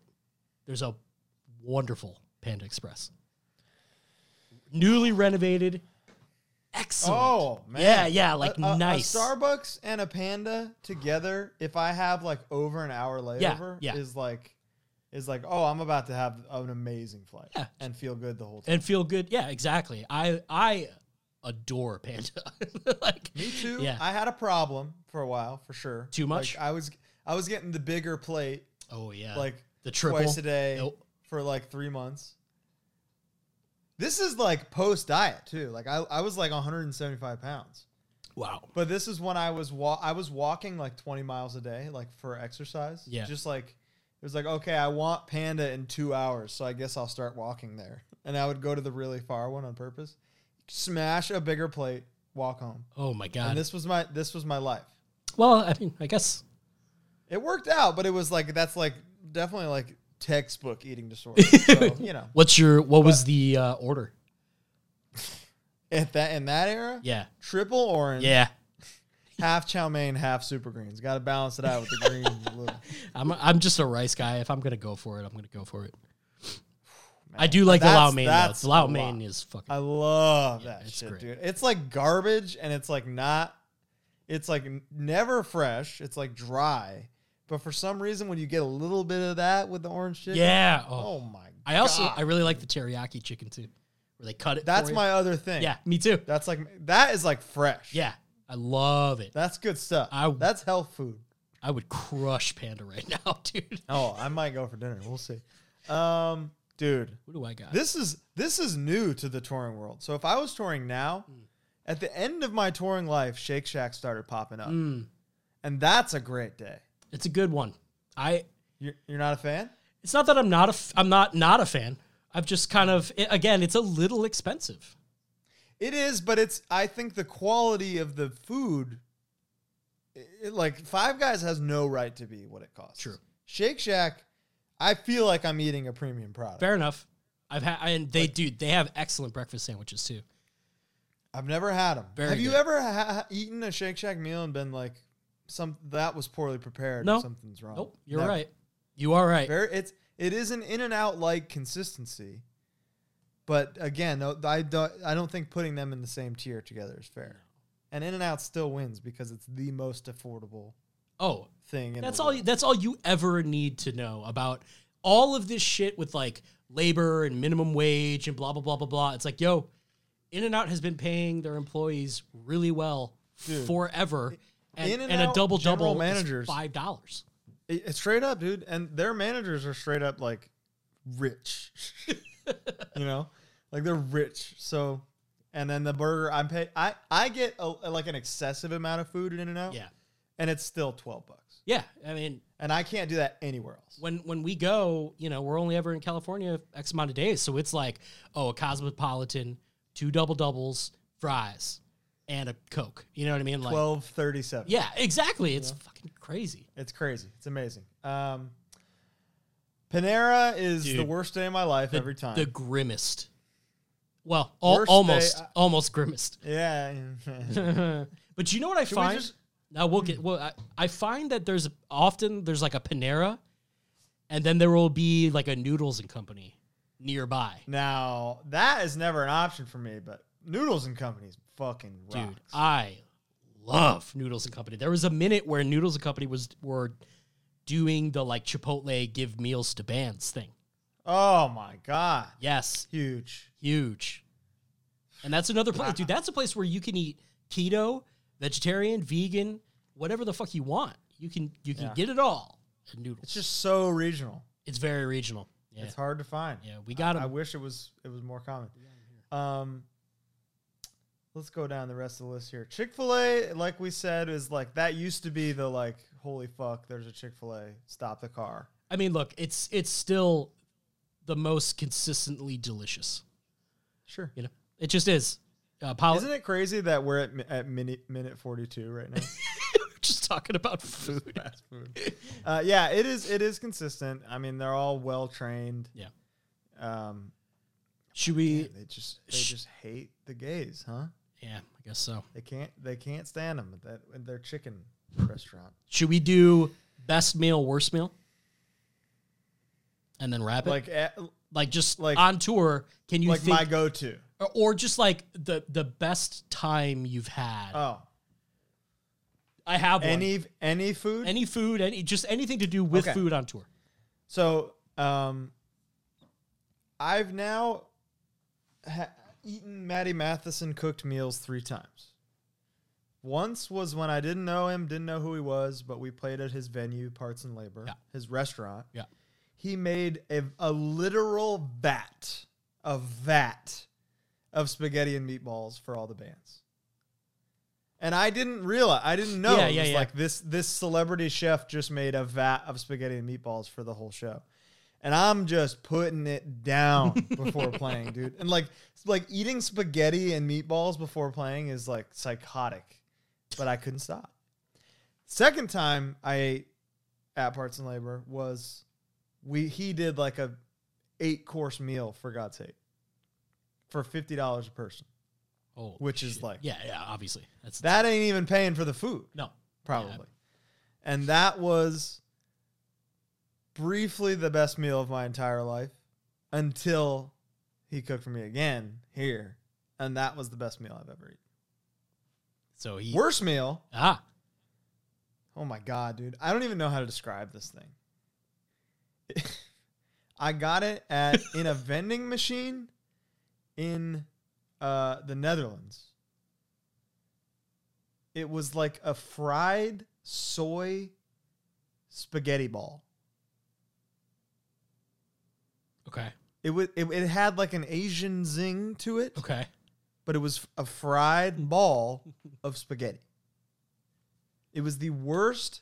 B: there's a wonderful Panda Express, newly renovated, excellent.
A: Oh man.
B: yeah, yeah, like
A: A- a, a
B: nice.
A: Starbucks and a Panda together. If I have like over an hour layover,
B: yeah.
A: is like, is like, oh, I'm about to have an amazing flight
B: Yeah.
A: and feel good the whole time.
B: and feel good. Yeah, exactly. I I adore Panda. [LAUGHS] like
A: Me too.
B: Yeah.
A: I had a problem for a while for sure.
B: Too much?
A: Like, I was, I was getting the bigger plate
B: oh yeah,
A: like
B: the triple
A: twice a day
B: Nope.
A: for like three months. This is like post diet too. Like I, I was like 175 pounds.
B: Wow.
A: But this is when I was wa- I was walking like 20 miles a day, like for exercise.
B: Yeah.
A: Just like it was like, okay, I want Panda in two hours, so I guess I'll start walking there. [LAUGHS] And I would go to the really far one on purpose, smash a bigger plate, walk home.
B: Oh my
A: And
B: god.
A: this was my this was my life.
B: well, I mean, I guess
A: It worked out, but it was like that's like definitely like textbook eating
B: [LAUGHS]
A: disorder. so, you know,
B: What's your what was the uh, order?
A: at that in that era,
B: Yeah.
A: triple orange,
B: Yeah.
A: half chow mein, half super greens. Got to balance it out with the green. a little.
B: I'm I'm just a rice guy. If I'm gonna go for it, I'm gonna go for it. [LAUGHS] I do like the
A: That's-
B: Lao Mein though.
A: that's
B: The Lao
A: a
B: Mein
A: lot. Uh,
B: is fucking
A: I love
B: Yeah,
A: that
B: it's
A: shit,
B: great.
A: dude. It's like garbage and it's like not it's like n- never fresh. It's like dry. But for some reason when you get a little bit of that with the orange chicken,
B: yeah.
A: Oh
B: Oh.
A: my god.
B: I also I really like the teriyaki chicken too, where they cut it. for
A: That's
B: you.
A: my other thing.
B: yeah. Me too.
A: That's like that is like fresh.
B: Yeah, I love it.
A: That's good stuff.
B: I-
A: That's health food.
B: I would crush panda right [LAUGHS] now, dude.
A: Oh, I might go for dinner. We'll see. Um dude,
B: What do I got?
A: this is this is new to the touring world. So if I was touring now,
B: Hmm.
A: at the end of my touring life, Shake Shack started popping up.
B: Mm,
A: And that's a great day.
B: it's a good one. I.
A: You're, you're not a fan?
B: It's not that I'm not a f- I'm not not a fan. I've just kind of i again, it's a little expensive.
A: It is, but it's. I think the quality of the food, it- like Five Guys, has no right to be what it costs.
B: True.
A: Shake Shack, I feel like I'm eating a premium product.
B: Fair enough. I've had and they do. They have excellent breakfast sandwiches too.
A: I've never had them.
B: Very
A: Have you
B: good.
A: ever ha- eaten a Shake Shack meal and been like, some that was poorly prepared?
B: No.
A: or something's wrong.
B: Nope, you're
A: Never.
B: right. You are right.
A: Very. It's it is an in and out like consistency, but again, no, I don't. I don't think putting them in the same tier together is fair. And in and out still wins because it's the most affordable
B: oh,
A: thing. In
B: That's
A: the
B: all.
A: world.
B: That's all you ever need to know about all of this shit with like labor and minimum wage and blah blah blah blah blah. It's like, yo, In and Out has been paying their employees really well
A: Dude.
B: forever, and,
A: In and
B: and a
A: out
B: double
A: general
B: double
A: managers.
B: five dollars.
A: It- it's straight up, dude. And their managers are straight up like
B: [LAUGHS]
A: rich. you know, like they're rich. So, and then the burger I'm pay I I get a, like an excessive amount of food in In and Out.
B: Yeah,
A: and it's still twelve bucks.
B: yeah. I mean,
A: And I can't do that anywhere else.
B: when when we go, you know, we're only ever in California X amount of days, so it's like, oh, a cosmopolitan, two double doubles, fries, and a coke. You know what I mean? Like,
A: Twelve thirty seven.
B: yeah, exactly. It's fucking crazy.
A: It's crazy. It's amazing. Um, Panera is the
B: Dude.
A: worst day of my life
B: The-
A: every time.
B: the grimmest. Well, al-
A: Worst day,
B: almost,
A: I-
B: almost grimmest.
A: yeah.
B: [LAUGHS] But you know what I
A: we
B: find?
A: just-
B: now we'll get. Well, I, I find that there's often there's like a Panera, and then there will be like a Noodles and Company nearby.
A: now that is never an option for me, but Noodles and Company's fucking
B: Dude,
A: rocks.
B: I love Noodles and Company. There was a minute where Noodles and Company was were doing the like Chipotle give meals to bands thing.
A: oh my god,
B: Yes,
A: huge.
B: huge. And that's another place, dude. That's a place where you can eat keto, vegetarian, vegan, whatever the fuck you want. You can you can
A: Yeah.
B: get it all. at Noodles.
A: It's just so regional.
B: It's very regional. Yeah,
A: It's hard to find.
B: yeah. We got
A: I
B: them.
A: wish it was it was more common. Um, let's go down the rest of the list here. Chick Fil A, like we said, is like that used to be the like holy fuck. There's a Chick Fil A. Stop the car.
B: I mean, look, it's it's still the most consistently delicious.
A: Sure.
B: You know, it just is. Uh, Paul, [LAUGHS]
A: Isn't it crazy that we're at mi- at mini, minute forty two right now?
B: just talking
A: [LAUGHS]
B: about food.
A: Fast food. Uh, yeah, it is. It is consistent. I mean, they're all well trained.
B: Yeah.
A: Um,
B: Should we?
A: and they just they just hate the gays, huh?
B: Yeah, I guess so.
A: They can't they can't stand them at that at their chicken restaurant.
B: Should we do best meal, worst meal, and then wrap it? Like,
A: Like eh,
B: just
A: like-
B: like on tour, can you
A: like
B: think,
A: my go to.
B: or, or just like the the best time you've had?
A: Oh,
B: I have one. any
A: any any food.
B: any food, any just anything to do with
A: Okay.
B: food on tour.
A: so, um, I've now ha- eaten Maddie Matheson cooked meals three times. Once was when I didn't know him, didn't know who he was, but we played at his venue, Parts and Labor,
B: Yeah.
A: his restaurant.
B: Yeah.
A: He made a, a literal vat, a vat of spaghetti and meatballs for all the bands. And I didn't realize, I didn't know.
B: Yeah,
A: It
B: yeah,
A: was
B: yeah.
A: Like this, this celebrity chef just made a vat of spaghetti and meatballs for the whole show and I'm just putting it down
B: [LAUGHS]
A: before playing, dude. And like like eating spaghetti and meatballs before playing is like psychotic, but I couldn't stop. Second time I ate at Parts and Labor was we he did like a eight course meal for God's sake for fifty dollars a person.
B: Oh,
A: Which is like-
B: yeah, yeah, obviously that's
A: That ain't even paying for the food
B: no.
A: probably. And that was briefly the best meal of my entire life until he cooked for me again here. And that was the best meal I've ever eaten.
B: So he
A: Worst meal.
B: ah
A: Oh my God, dude. I don't even know how to describe this thing. [LAUGHS] I got it at in a vending machine in uh, the Netherlands. It was like a fried soy spaghetti ball.
B: okay
A: It was it, it had like an Asian zing to it,
B: okay
A: but it was a fried ball of spaghetti. It was the worst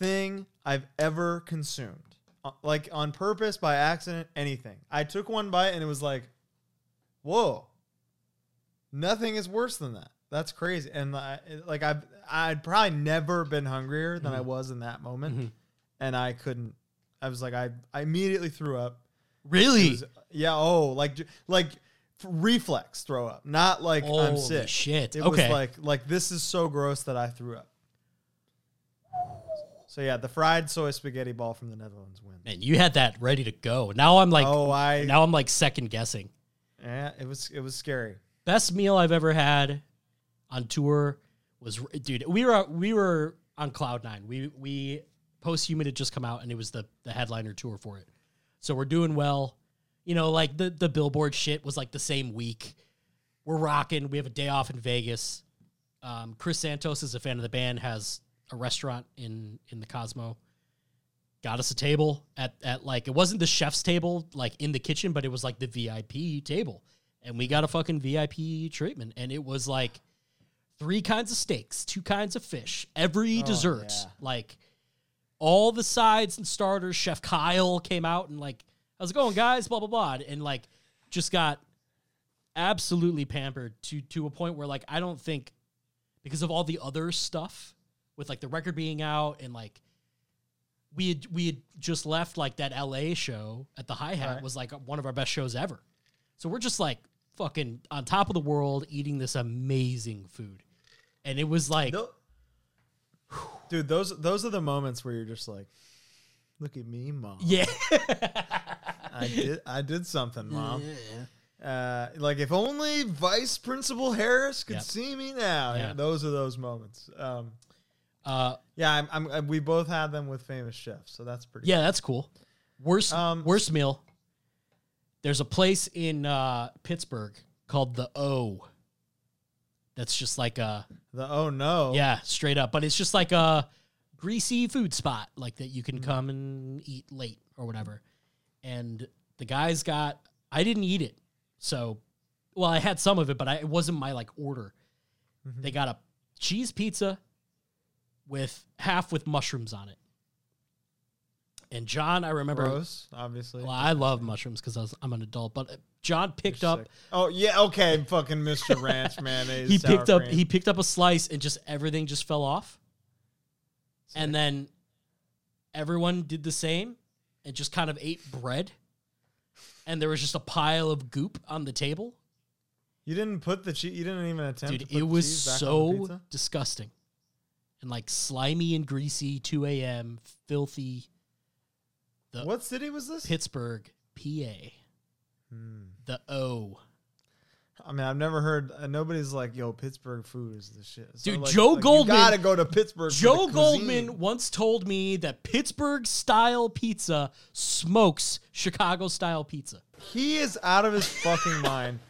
A: thing I've ever consumed. Uh, Like on purpose, by accident, anything. I took one bite and it was like, whoa, nothing is worse than that. That's crazy. And I, like I've, I'd probably never been hungrier than I was in that moment, and I couldn't. I was like, I, I immediately threw up.
B: really
A: was- yeah. Oh, like j- like f- reflex throw up, not like I'm
B: Holy
A: sick.
B: shit,
A: It
B: okay.
A: was like like this is so gross that I threw up. So yeah, the fried soy spaghetti ball from the Netherlands wins.
B: man you had that ready to go. Now I'm like
A: oh, I
B: now I'm like second guessing.
A: yeah, it was it was scary.
B: best meal I've ever had on tour was dude. We were we were on cloud nine. We we post human had just come out and it was the the headliner tour for it. So we're doing well. You know, like the the billboard shit was like the same week. We're rocking. We have a day off in Vegas. Um, Chris Santos is a fan of the band, has a restaurant in in the Cosmo. Got us a table at at like it wasn't the chef's table like in the kitchen, but it was like the VIP table, and we got a fucking VIP treatment, and it was like three kinds of steaks, two kinds of fish, every
A: Oh,
B: dessert,
A: yeah.
B: like all the sides and starters. Chef Kyle came out and like, how's it going, guys? Blah blah blah, and like just got absolutely pampered to to a point where like I don't think because of all the other stuff with like the record being out and like we had we had just left like that LA show at the Hi Hat
A: Right.
B: was like one of our best shows ever. So we're just like fucking on top of the world eating this amazing food. And it was like
A: No. Dude, those those are the moments where you're just like, look at me, mom.
B: [LAUGHS] yeah.
A: I did I did
B: [LAUGHS]
A: something, mom. Uh, like if only Vice Principal Harris could
B: Yep.
A: see me now.
B: Yeah.
A: Those are those moments. Um,
B: Uh
A: yeah, I'm, I'm, i we both had them with famous chefs, so that's pretty.
B: yeah, that's cool. Worst
A: Um,
B: worst meal. There's a place in uh Pittsburgh called the O. That's just like a
A: The oh no.
B: Yeah, straight up. But it's just like a greasy food spot, like that you
A: Mm.
B: can come and eat late or whatever. And the guys got, I didn't eat it. So, well, I had some of it, but I, it wasn't my like order.
A: Mm-hmm.
B: They got a cheese pizza with half with mushrooms on it. And John, I remember,
A: Gross, obviously.
B: well, I love mushrooms because I'm an adult, but uh, John picked
A: You're
B: up
A: sick. Oh yeah, okay, fucking Mr. Ranch mayonnaise.
B: [LAUGHS] he
A: sour
B: picked up
A: cream.
B: he picked up a slice and just everything just fell off. And then everyone did the same and just kind of ate bread. And there was just a pile of goop on the table.
A: You didn't put the cheese. You didn't even attempt. to
B: Dude,
A: put
B: it
A: the
B: was
A: cheese back on the
B: so
A: pizza?
B: disgusting. And like slimy and greasy, 2 a.m., filthy the-
A: What city was this?
B: Pittsburgh, PA.
A: Hmm.
B: The O.
A: I mean, I've never heard. Uh, nobody's like, "Yo, Pittsburgh food is the shit." So,
B: Dude,
A: like-
B: Joe
A: like, you
B: Goldman-
A: gotta go to Pittsburgh. for the
B: Joe
A: cuisine.
B: Goldman once told me that Pittsburgh style pizza smokes Chicago style pizza.
A: He is out of his fucking mind.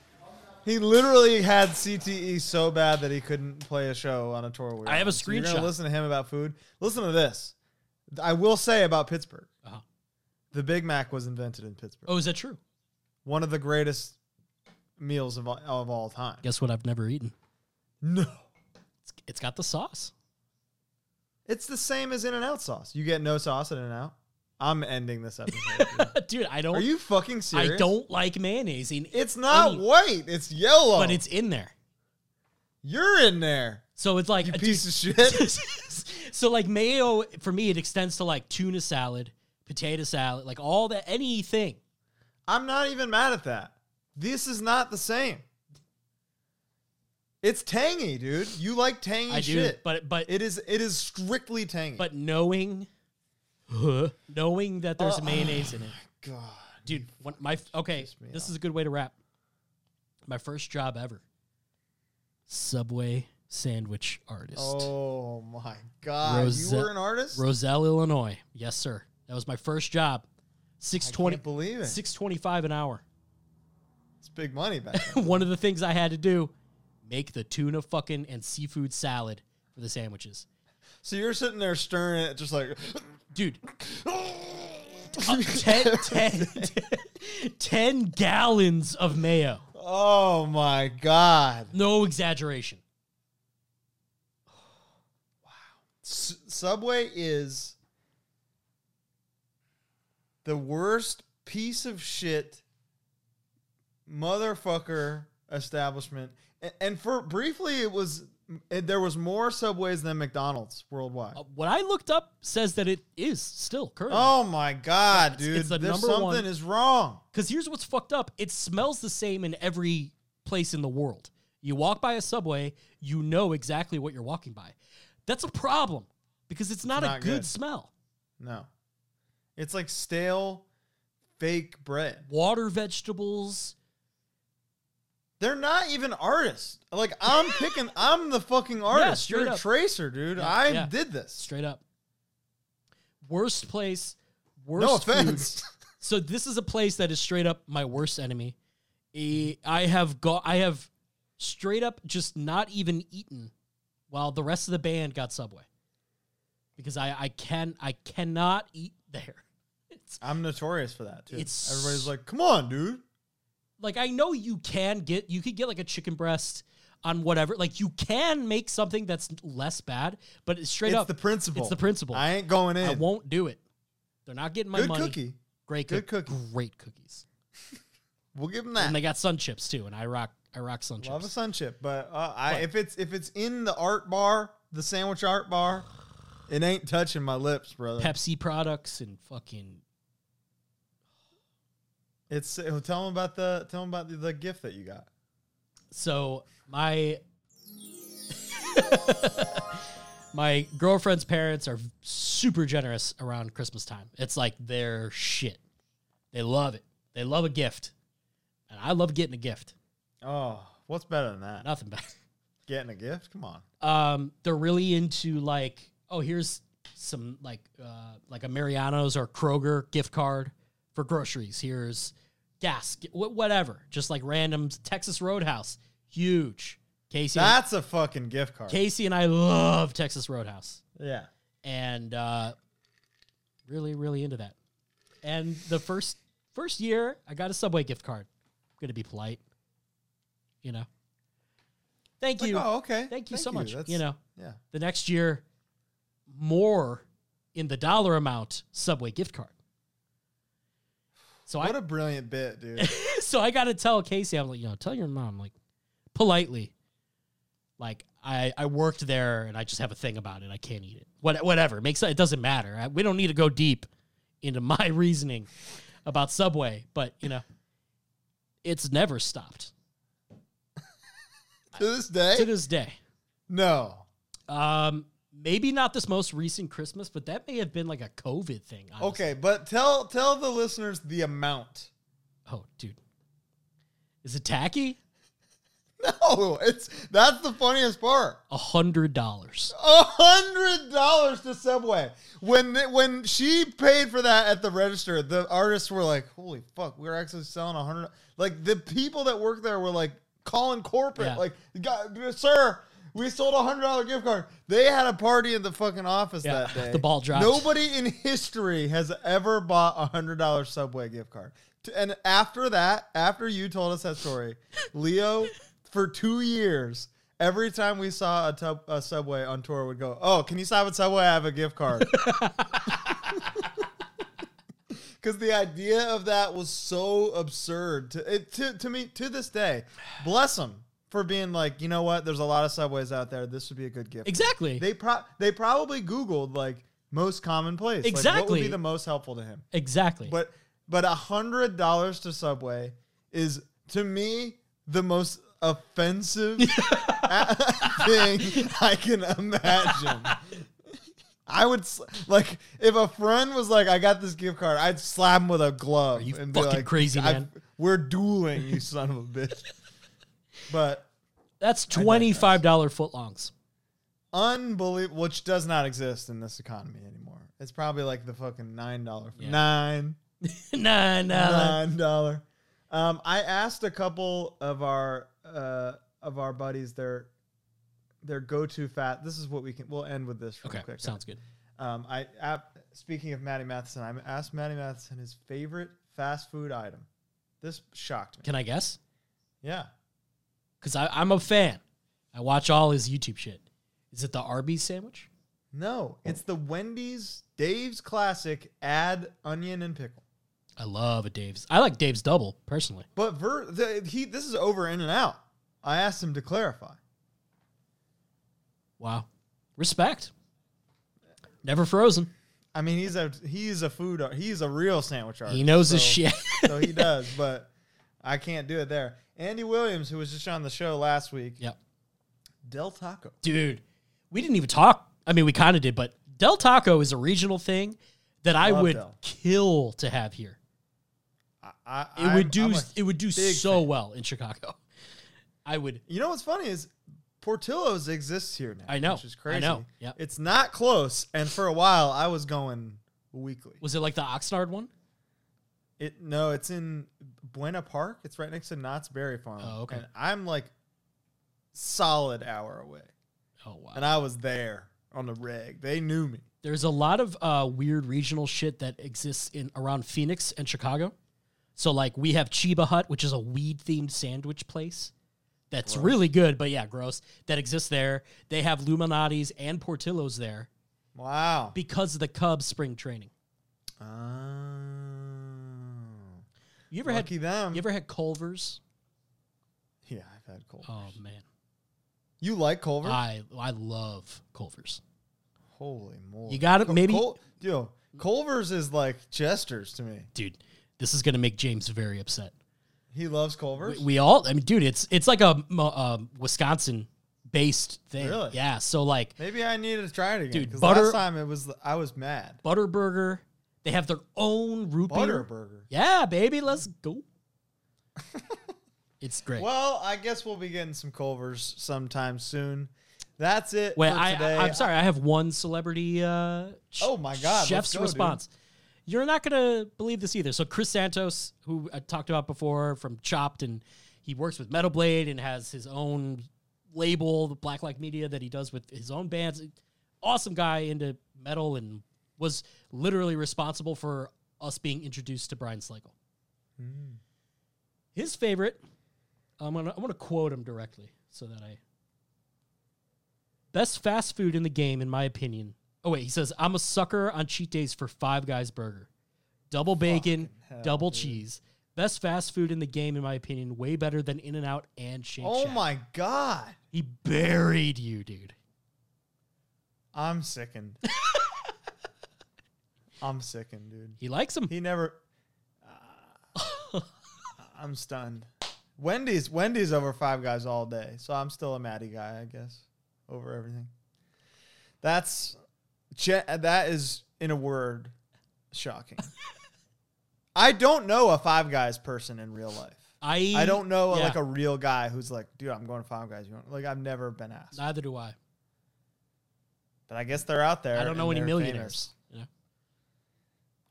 A: He literally had CTE so bad that he couldn't play a show on a tour. we were
B: I have a
A: on. So you're gonna
B: screenshot.
A: listen to him about food. Listen to this. I will say about Pittsburgh,
B: Uh-huh.
A: the Big Mac was invented in Pittsburgh.
B: Oh, is that true?
A: One of the greatest meals of all, of all time.
B: Guess what? I've never eaten.
A: No,
B: It's, it's got the sauce. [LAUGHS]
A: it's the same as In-N-Out sauce. You get no sauce at In-N-Out. I'm ending this episode. dude.
B: Dude, [LAUGHS] I don't.
A: Are you fucking serious?
B: I don't like mayonnaise, in,
A: It's not
B: Any-
A: white. It's yellow.
B: but it's in there.
A: you're in there.
B: So it's like
A: You
B: a [LAUGHS]
A: piece of shit.
B: so like mayo for me, it extends to like tuna salad, potato salad, like all that anything.
A: I'm not even mad at that. This is not the same. It's tangy, dude. You like tangy
B: I do,
A: shit.
B: but but
A: it is it is strictly tangy.
B: but knowing, knowing that there's
A: Oh.
B: mayonnaise in it.
A: God.
B: dude when my okay
A: pissed me
B: this
A: off.
B: is a good way to wrap my first job ever subway sandwich artist
A: Oh my god.
B: Rose-
A: you were an artist?
B: roselle illinois yes sir that was my first job
A: I
B: 620
A: can't believe it.
B: 625 an hour [LAUGHS]
A: It's big money back then.
B: one of the things i had to do make the tuna fucking and seafood salad for the sandwiches
A: so you're sitting there stirring it just
B: [LAUGHS]
A: like
B: dude
A: [LAUGHS]
B: uh, 10, [LAUGHS] 10 10 gallons of mayo
A: Oh my god.
B: no exaggeration
A: S- Subway is the worst piece of shit motherfucker establishment. And, and for briefly, it was it, there was more Subways than McDonald's worldwide.
B: Uh, what I looked up says that it is still currently.
A: Oh my god,
B: it's-
A: dude!
B: it's the
A: There's
B: number
A: something
B: one-
A: is wrong.
B: Because here's what's fucked up: it smells the same in every place in the world. You walk by a subway, you know exactly what you're walking by. That's a problem because it's not,
A: not
B: a good,
A: good.
B: smell.
A: No, it's like stale, fake bread.
B: Water vegetables.
A: They're not even artists. Like
B: [LAUGHS]
A: I'm picking, I'm the fucking artist.
B: straight
A: You're a
B: up.
A: tracer, dude.
B: Yeah,
A: I
B: yeah.
A: did this.
B: Straight up. Worst place. Worst
A: No [LAUGHS]
B: food.
A: offense.
B: So this is a place that is straight up my worst enemy. Eh, I have got. I have straight up just not even eaten while the rest of the band got Subway because I I can I cannot eat there. [LAUGHS] It's
A: I'm notorious for that too.
B: It's-
A: Everybody's like, "Come on, dude."
B: like I know you can get you could get like a chicken breast on whatever. Like you can make something that's less bad, but it's straight
A: It's
B: up
A: the principle.
B: It's the principle.
A: I ain't going in.
B: I won't do it. They're not getting my
A: Good
B: money.
A: cookie.
B: Great
A: Good
B: cook-
A: cookie.
B: Great cookies.
A: We'll give them
B: And
A: that.
B: they got sun chips too, and I rock I rock sun
A: Love a
B: chips.
A: sun chip, but uh, I, if it's if it's in the art bar, the sandwich art bar, it ain't touching my lips, brother.
B: Pepsi products and fucking
A: It's oh, tell them about the tell them about the, the gift that you got.
B: so my [LAUGHS] my girlfriend's parents are super generous around Christmas time. It's like their shit. They love it. They love a gift. And I love getting a gift.
A: Oh, what's better than that?
B: Nothing better.
A: Getting a gift? Come on.
B: um, they're really into like, oh, here's some like uh, like a Mariano's or Kroger gift card for groceries. Here's gas, g- wh- whatever. Just like random Texas Roadhouse, huge. Casey,
A: That's a fucking gift card.
B: Casey, and I love Texas Roadhouse,
A: yeah.
B: and uh, really, really into that. And the first first year, I got a Subway gift card. I'm gonna be polite, you know. Thank
A: Like,
B: you
A: oh, okay.
B: thank you so much.
A: That's-
B: You know.
A: Yeah.
B: the next year more in the dollar amount Subway gift card. So
A: What
B: I
A: a brilliant bit,
B: [LAUGHS]
A: dude.
B: so I got to tell Casey, I'm like, you know, tell your mom, like, politely, like I I worked there and I just have a thing about it. I can't eat it. What whatever makes it doesn't matter. I, we don't need to go deep into [LAUGHS] my reasoning about Subway, but you know, it's never stopped
A: to this
B: to
A: day?
B: this day.
A: No.
B: Um, maybe not this most recent Christmas, but that may have been like a COVID thing. honestly.
A: Okay, but tell tell the listeners the amount. [LAUGHS]
B: Oh, dude. Is it tacky?
A: No, it's that's the funniest part.
B: A hundred dollars.
A: A hundred dollars to Subway. When th- when she paid for that at the register, the artists were like, "Holy fuck, we're actually selling a hundred. Like the people that work there were like calling corporate,
B: Yeah.
A: like, "God, "Sir, we sold a hundred dollar gift card." They had a party in the fucking office
B: Yeah,
A: that day.
B: [LAUGHS] the ball dropped.
A: Nobody in history has ever bought a hundred dollar Subway gift card. T- And after that, after you told us that story, Leo, for two years, every time we saw a, tub, a Subway on tour, would go, "Oh, can you stop at Subway? I have a gift card." [LAUGHS] Because the idea of that was so absurd to it, to to me to this day. Bless them for being like, you know what? There's a lot of Subways out there. This would be a good gift.
B: Exactly.
A: They pro- they probably Googled like most commonplace. Like, what would
B: Exactly.
A: be the most helpful to him?
B: exactly.
A: But but a hundred dollars to Subway is to me the most
B: [LAUGHS]
A: offensive [LAUGHS] a- thing I can imagine. I would s- like if a friend was like, "I got this gift card," I'd slap him with a glove.
B: you
A: and
B: fucking crazy,
A: "I-
B: man?"
A: We're dueling, you son of a
B: [LAUGHS]
A: bitch. But
B: That's twenty five dollar footlongs. [LAUGHS]
A: unbelievable, which does not exist in this economy anymore. It's probably like the fucking nine dollar,
B: Yeah.
A: nine
B: nah, nah, nah.
A: nine dollar. Um, I asked a couple of our uh, of our buddies their their go to fat. This is what we can. We'll end with this real
B: Okay,
A: quick.
B: sounds good.
A: Um, I ap- speaking of Matty Matheson, I asked Matty Matheson his favorite fast food item. This shocked me.
B: Can I guess?
A: yeah,
B: Because I'm a fan. I watch all his YouTube shit. Is it the Arby's sandwich?
A: no, it's the Wendy's Dave's classic. Add onion and pickle.
B: I love a Dave's. I like Dave's double personally.
A: But Ver, the, he this is over in and out. I asked him to clarify.
B: Wow. Respect. Never frozen.
A: I mean, he's a he's a food ar- he's a real sandwich artist.
B: He knows his
A: so-
B: shit. [LAUGHS]
A: so he does, but I can't do it there. Andy Williams, who was just on the show last week,
B: yep.
A: Del Taco.
B: dude, we didn't even talk. I mean, we kind of did, but Del Taco is a regional thing that I
A: Love
B: would
A: Del.
B: kill to have here.
A: I, I,
B: It
A: I'm-
B: would do.
A: I'm a-
B: it would do
A: big
B: so
A: fan.
B: well in Chicago. I would.
A: you know what's funny is Portillo's exists here now.
B: I know.
A: which is crazy.
B: I know. Yeah.
A: it's not close, and for a while I was going weekly.
B: Was it like the Oxnard one?
A: It no, it's in Buena Park. It's right next to Knott's Berry Farm.
B: Oh, okay.
A: And I'm like solid hour away.
B: Oh wow.
A: and I was there on the reg. They knew me.
B: There's a lot of uh, weird regional shit that exists in around Phoenix and Chicago. So like we have Chiba Hut, which is a weed themed sandwich place. That's really good, but yeah, gross. That exists there. They have Luminati's and Portillo's there
A: Wow.
B: because of the Cubs spring training.
A: Oh.
B: You ever
A: Lucky
B: had
A: them.
B: you ever had Culver's?
A: yeah, I've had Culver.
B: Oh Uh, man.
A: You like Culver?
B: I I love Culver's.
A: Holy moly!
B: You got it, maybe-
A: yo, Culver's is like Jester's to me.
B: Dude, this is gonna make James very upset.
A: He loves Culver's.
B: We, we all, I mean, dude, it's it's like a, mo- uh Wisconsin-based thing.
A: Really?
B: Yeah. So like
A: maybe I need to try it again.
B: Dude,
A: 'cause
B: butter-
A: last time it was I was mad.
B: Butterburger, they have their own root beer.
A: Butterburger.
B: Yeah, baby, let's go. [LAUGHS] it's great.
A: Well, I guess we'll be getting some Culver's sometime soon. That's it.
B: Wait,
A: for
B: I,
A: today.
B: I am sorry, I have one celebrity. Uh, sh-
A: Oh my God, let's
B: chef's
A: go, dude.
B: response. You're not gonna believe this either. So Chris Santos, who I talked about before from Chopped, and he works with Metal Blade and has his own label, the Black Like Media, that he does with his own bands. Awesome guy into metal and was literally responsible for us being introduced to Brian Slagle.
A: Hmm.
B: His favorite I'm gonna I'm gonna quote him directly so that I best fast food in the game, in my opinion. Oh wait, he says I'm a sucker on cheat days for Five Guys Burger, double bacon,
A: hell,
B: double
A: dude.
B: cheese. Best fast food in the game, in my opinion. Way better than In and Out and Shake
A: Oh
B: Shack.
A: my god,
B: He buried you, dude.
A: I'm sickened. [LAUGHS] I'm sickened, dude.
B: He likes him.
A: He never. uh, I'm stunned. Wendy's Wendy's over Five Guys all day, so I'm still a Matty guy, I guess, over everything. That's je- that is in a word
B: [LAUGHS]
A: shocking. I don't know a Five Guys person in real life.
B: I
A: I don't know uh,
B: yeah,
A: like a real guy who's like, dude, I'm going to Five Guys. You want-" like I've never been asked,
B: Neither do I.
A: but I guess they're out there.
B: I don't know
A: and
B: any
A: they're
B: millionaires. Yeah.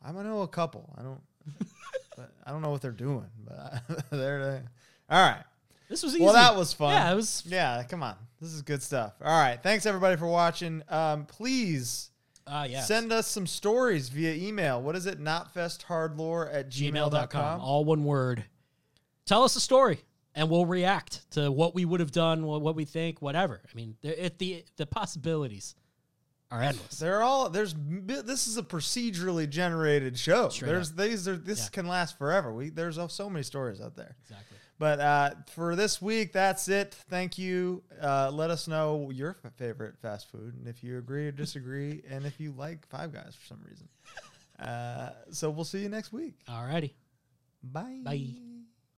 A: I might know a couple. I
B: [LAUGHS]
A: don't. but I don't know what they're doing, but [LAUGHS] they're. they- All right.
B: This was easy.
A: Well, that was fun.
B: Yeah, it was.
A: Yeah, come on. This is good stuff. All right. Thanks everybody for watching. Um, please
B: Ah, yeah.
A: send us some stories via email. What is it? Notfesthardlore at
B: gmail.com
A: gmail.com.
B: all one word tell us a story and we'll react to what we would have done what, what we think whatever i mean there, it, the the possibilities are endless
A: They're all there's. This is a procedurally generated show.
B: Straight
A: there's these are this
B: Yeah.
A: can last forever. We there's so many stories out there.
B: exactly
A: But uh, for this week, that's it. Thank you. Uh, let us know your f- favorite fast food and if you agree or disagree, and if you like Five Guys for some reason. Uh, so we'll see you next week.
B: all righty
A: Bye.
B: Bye.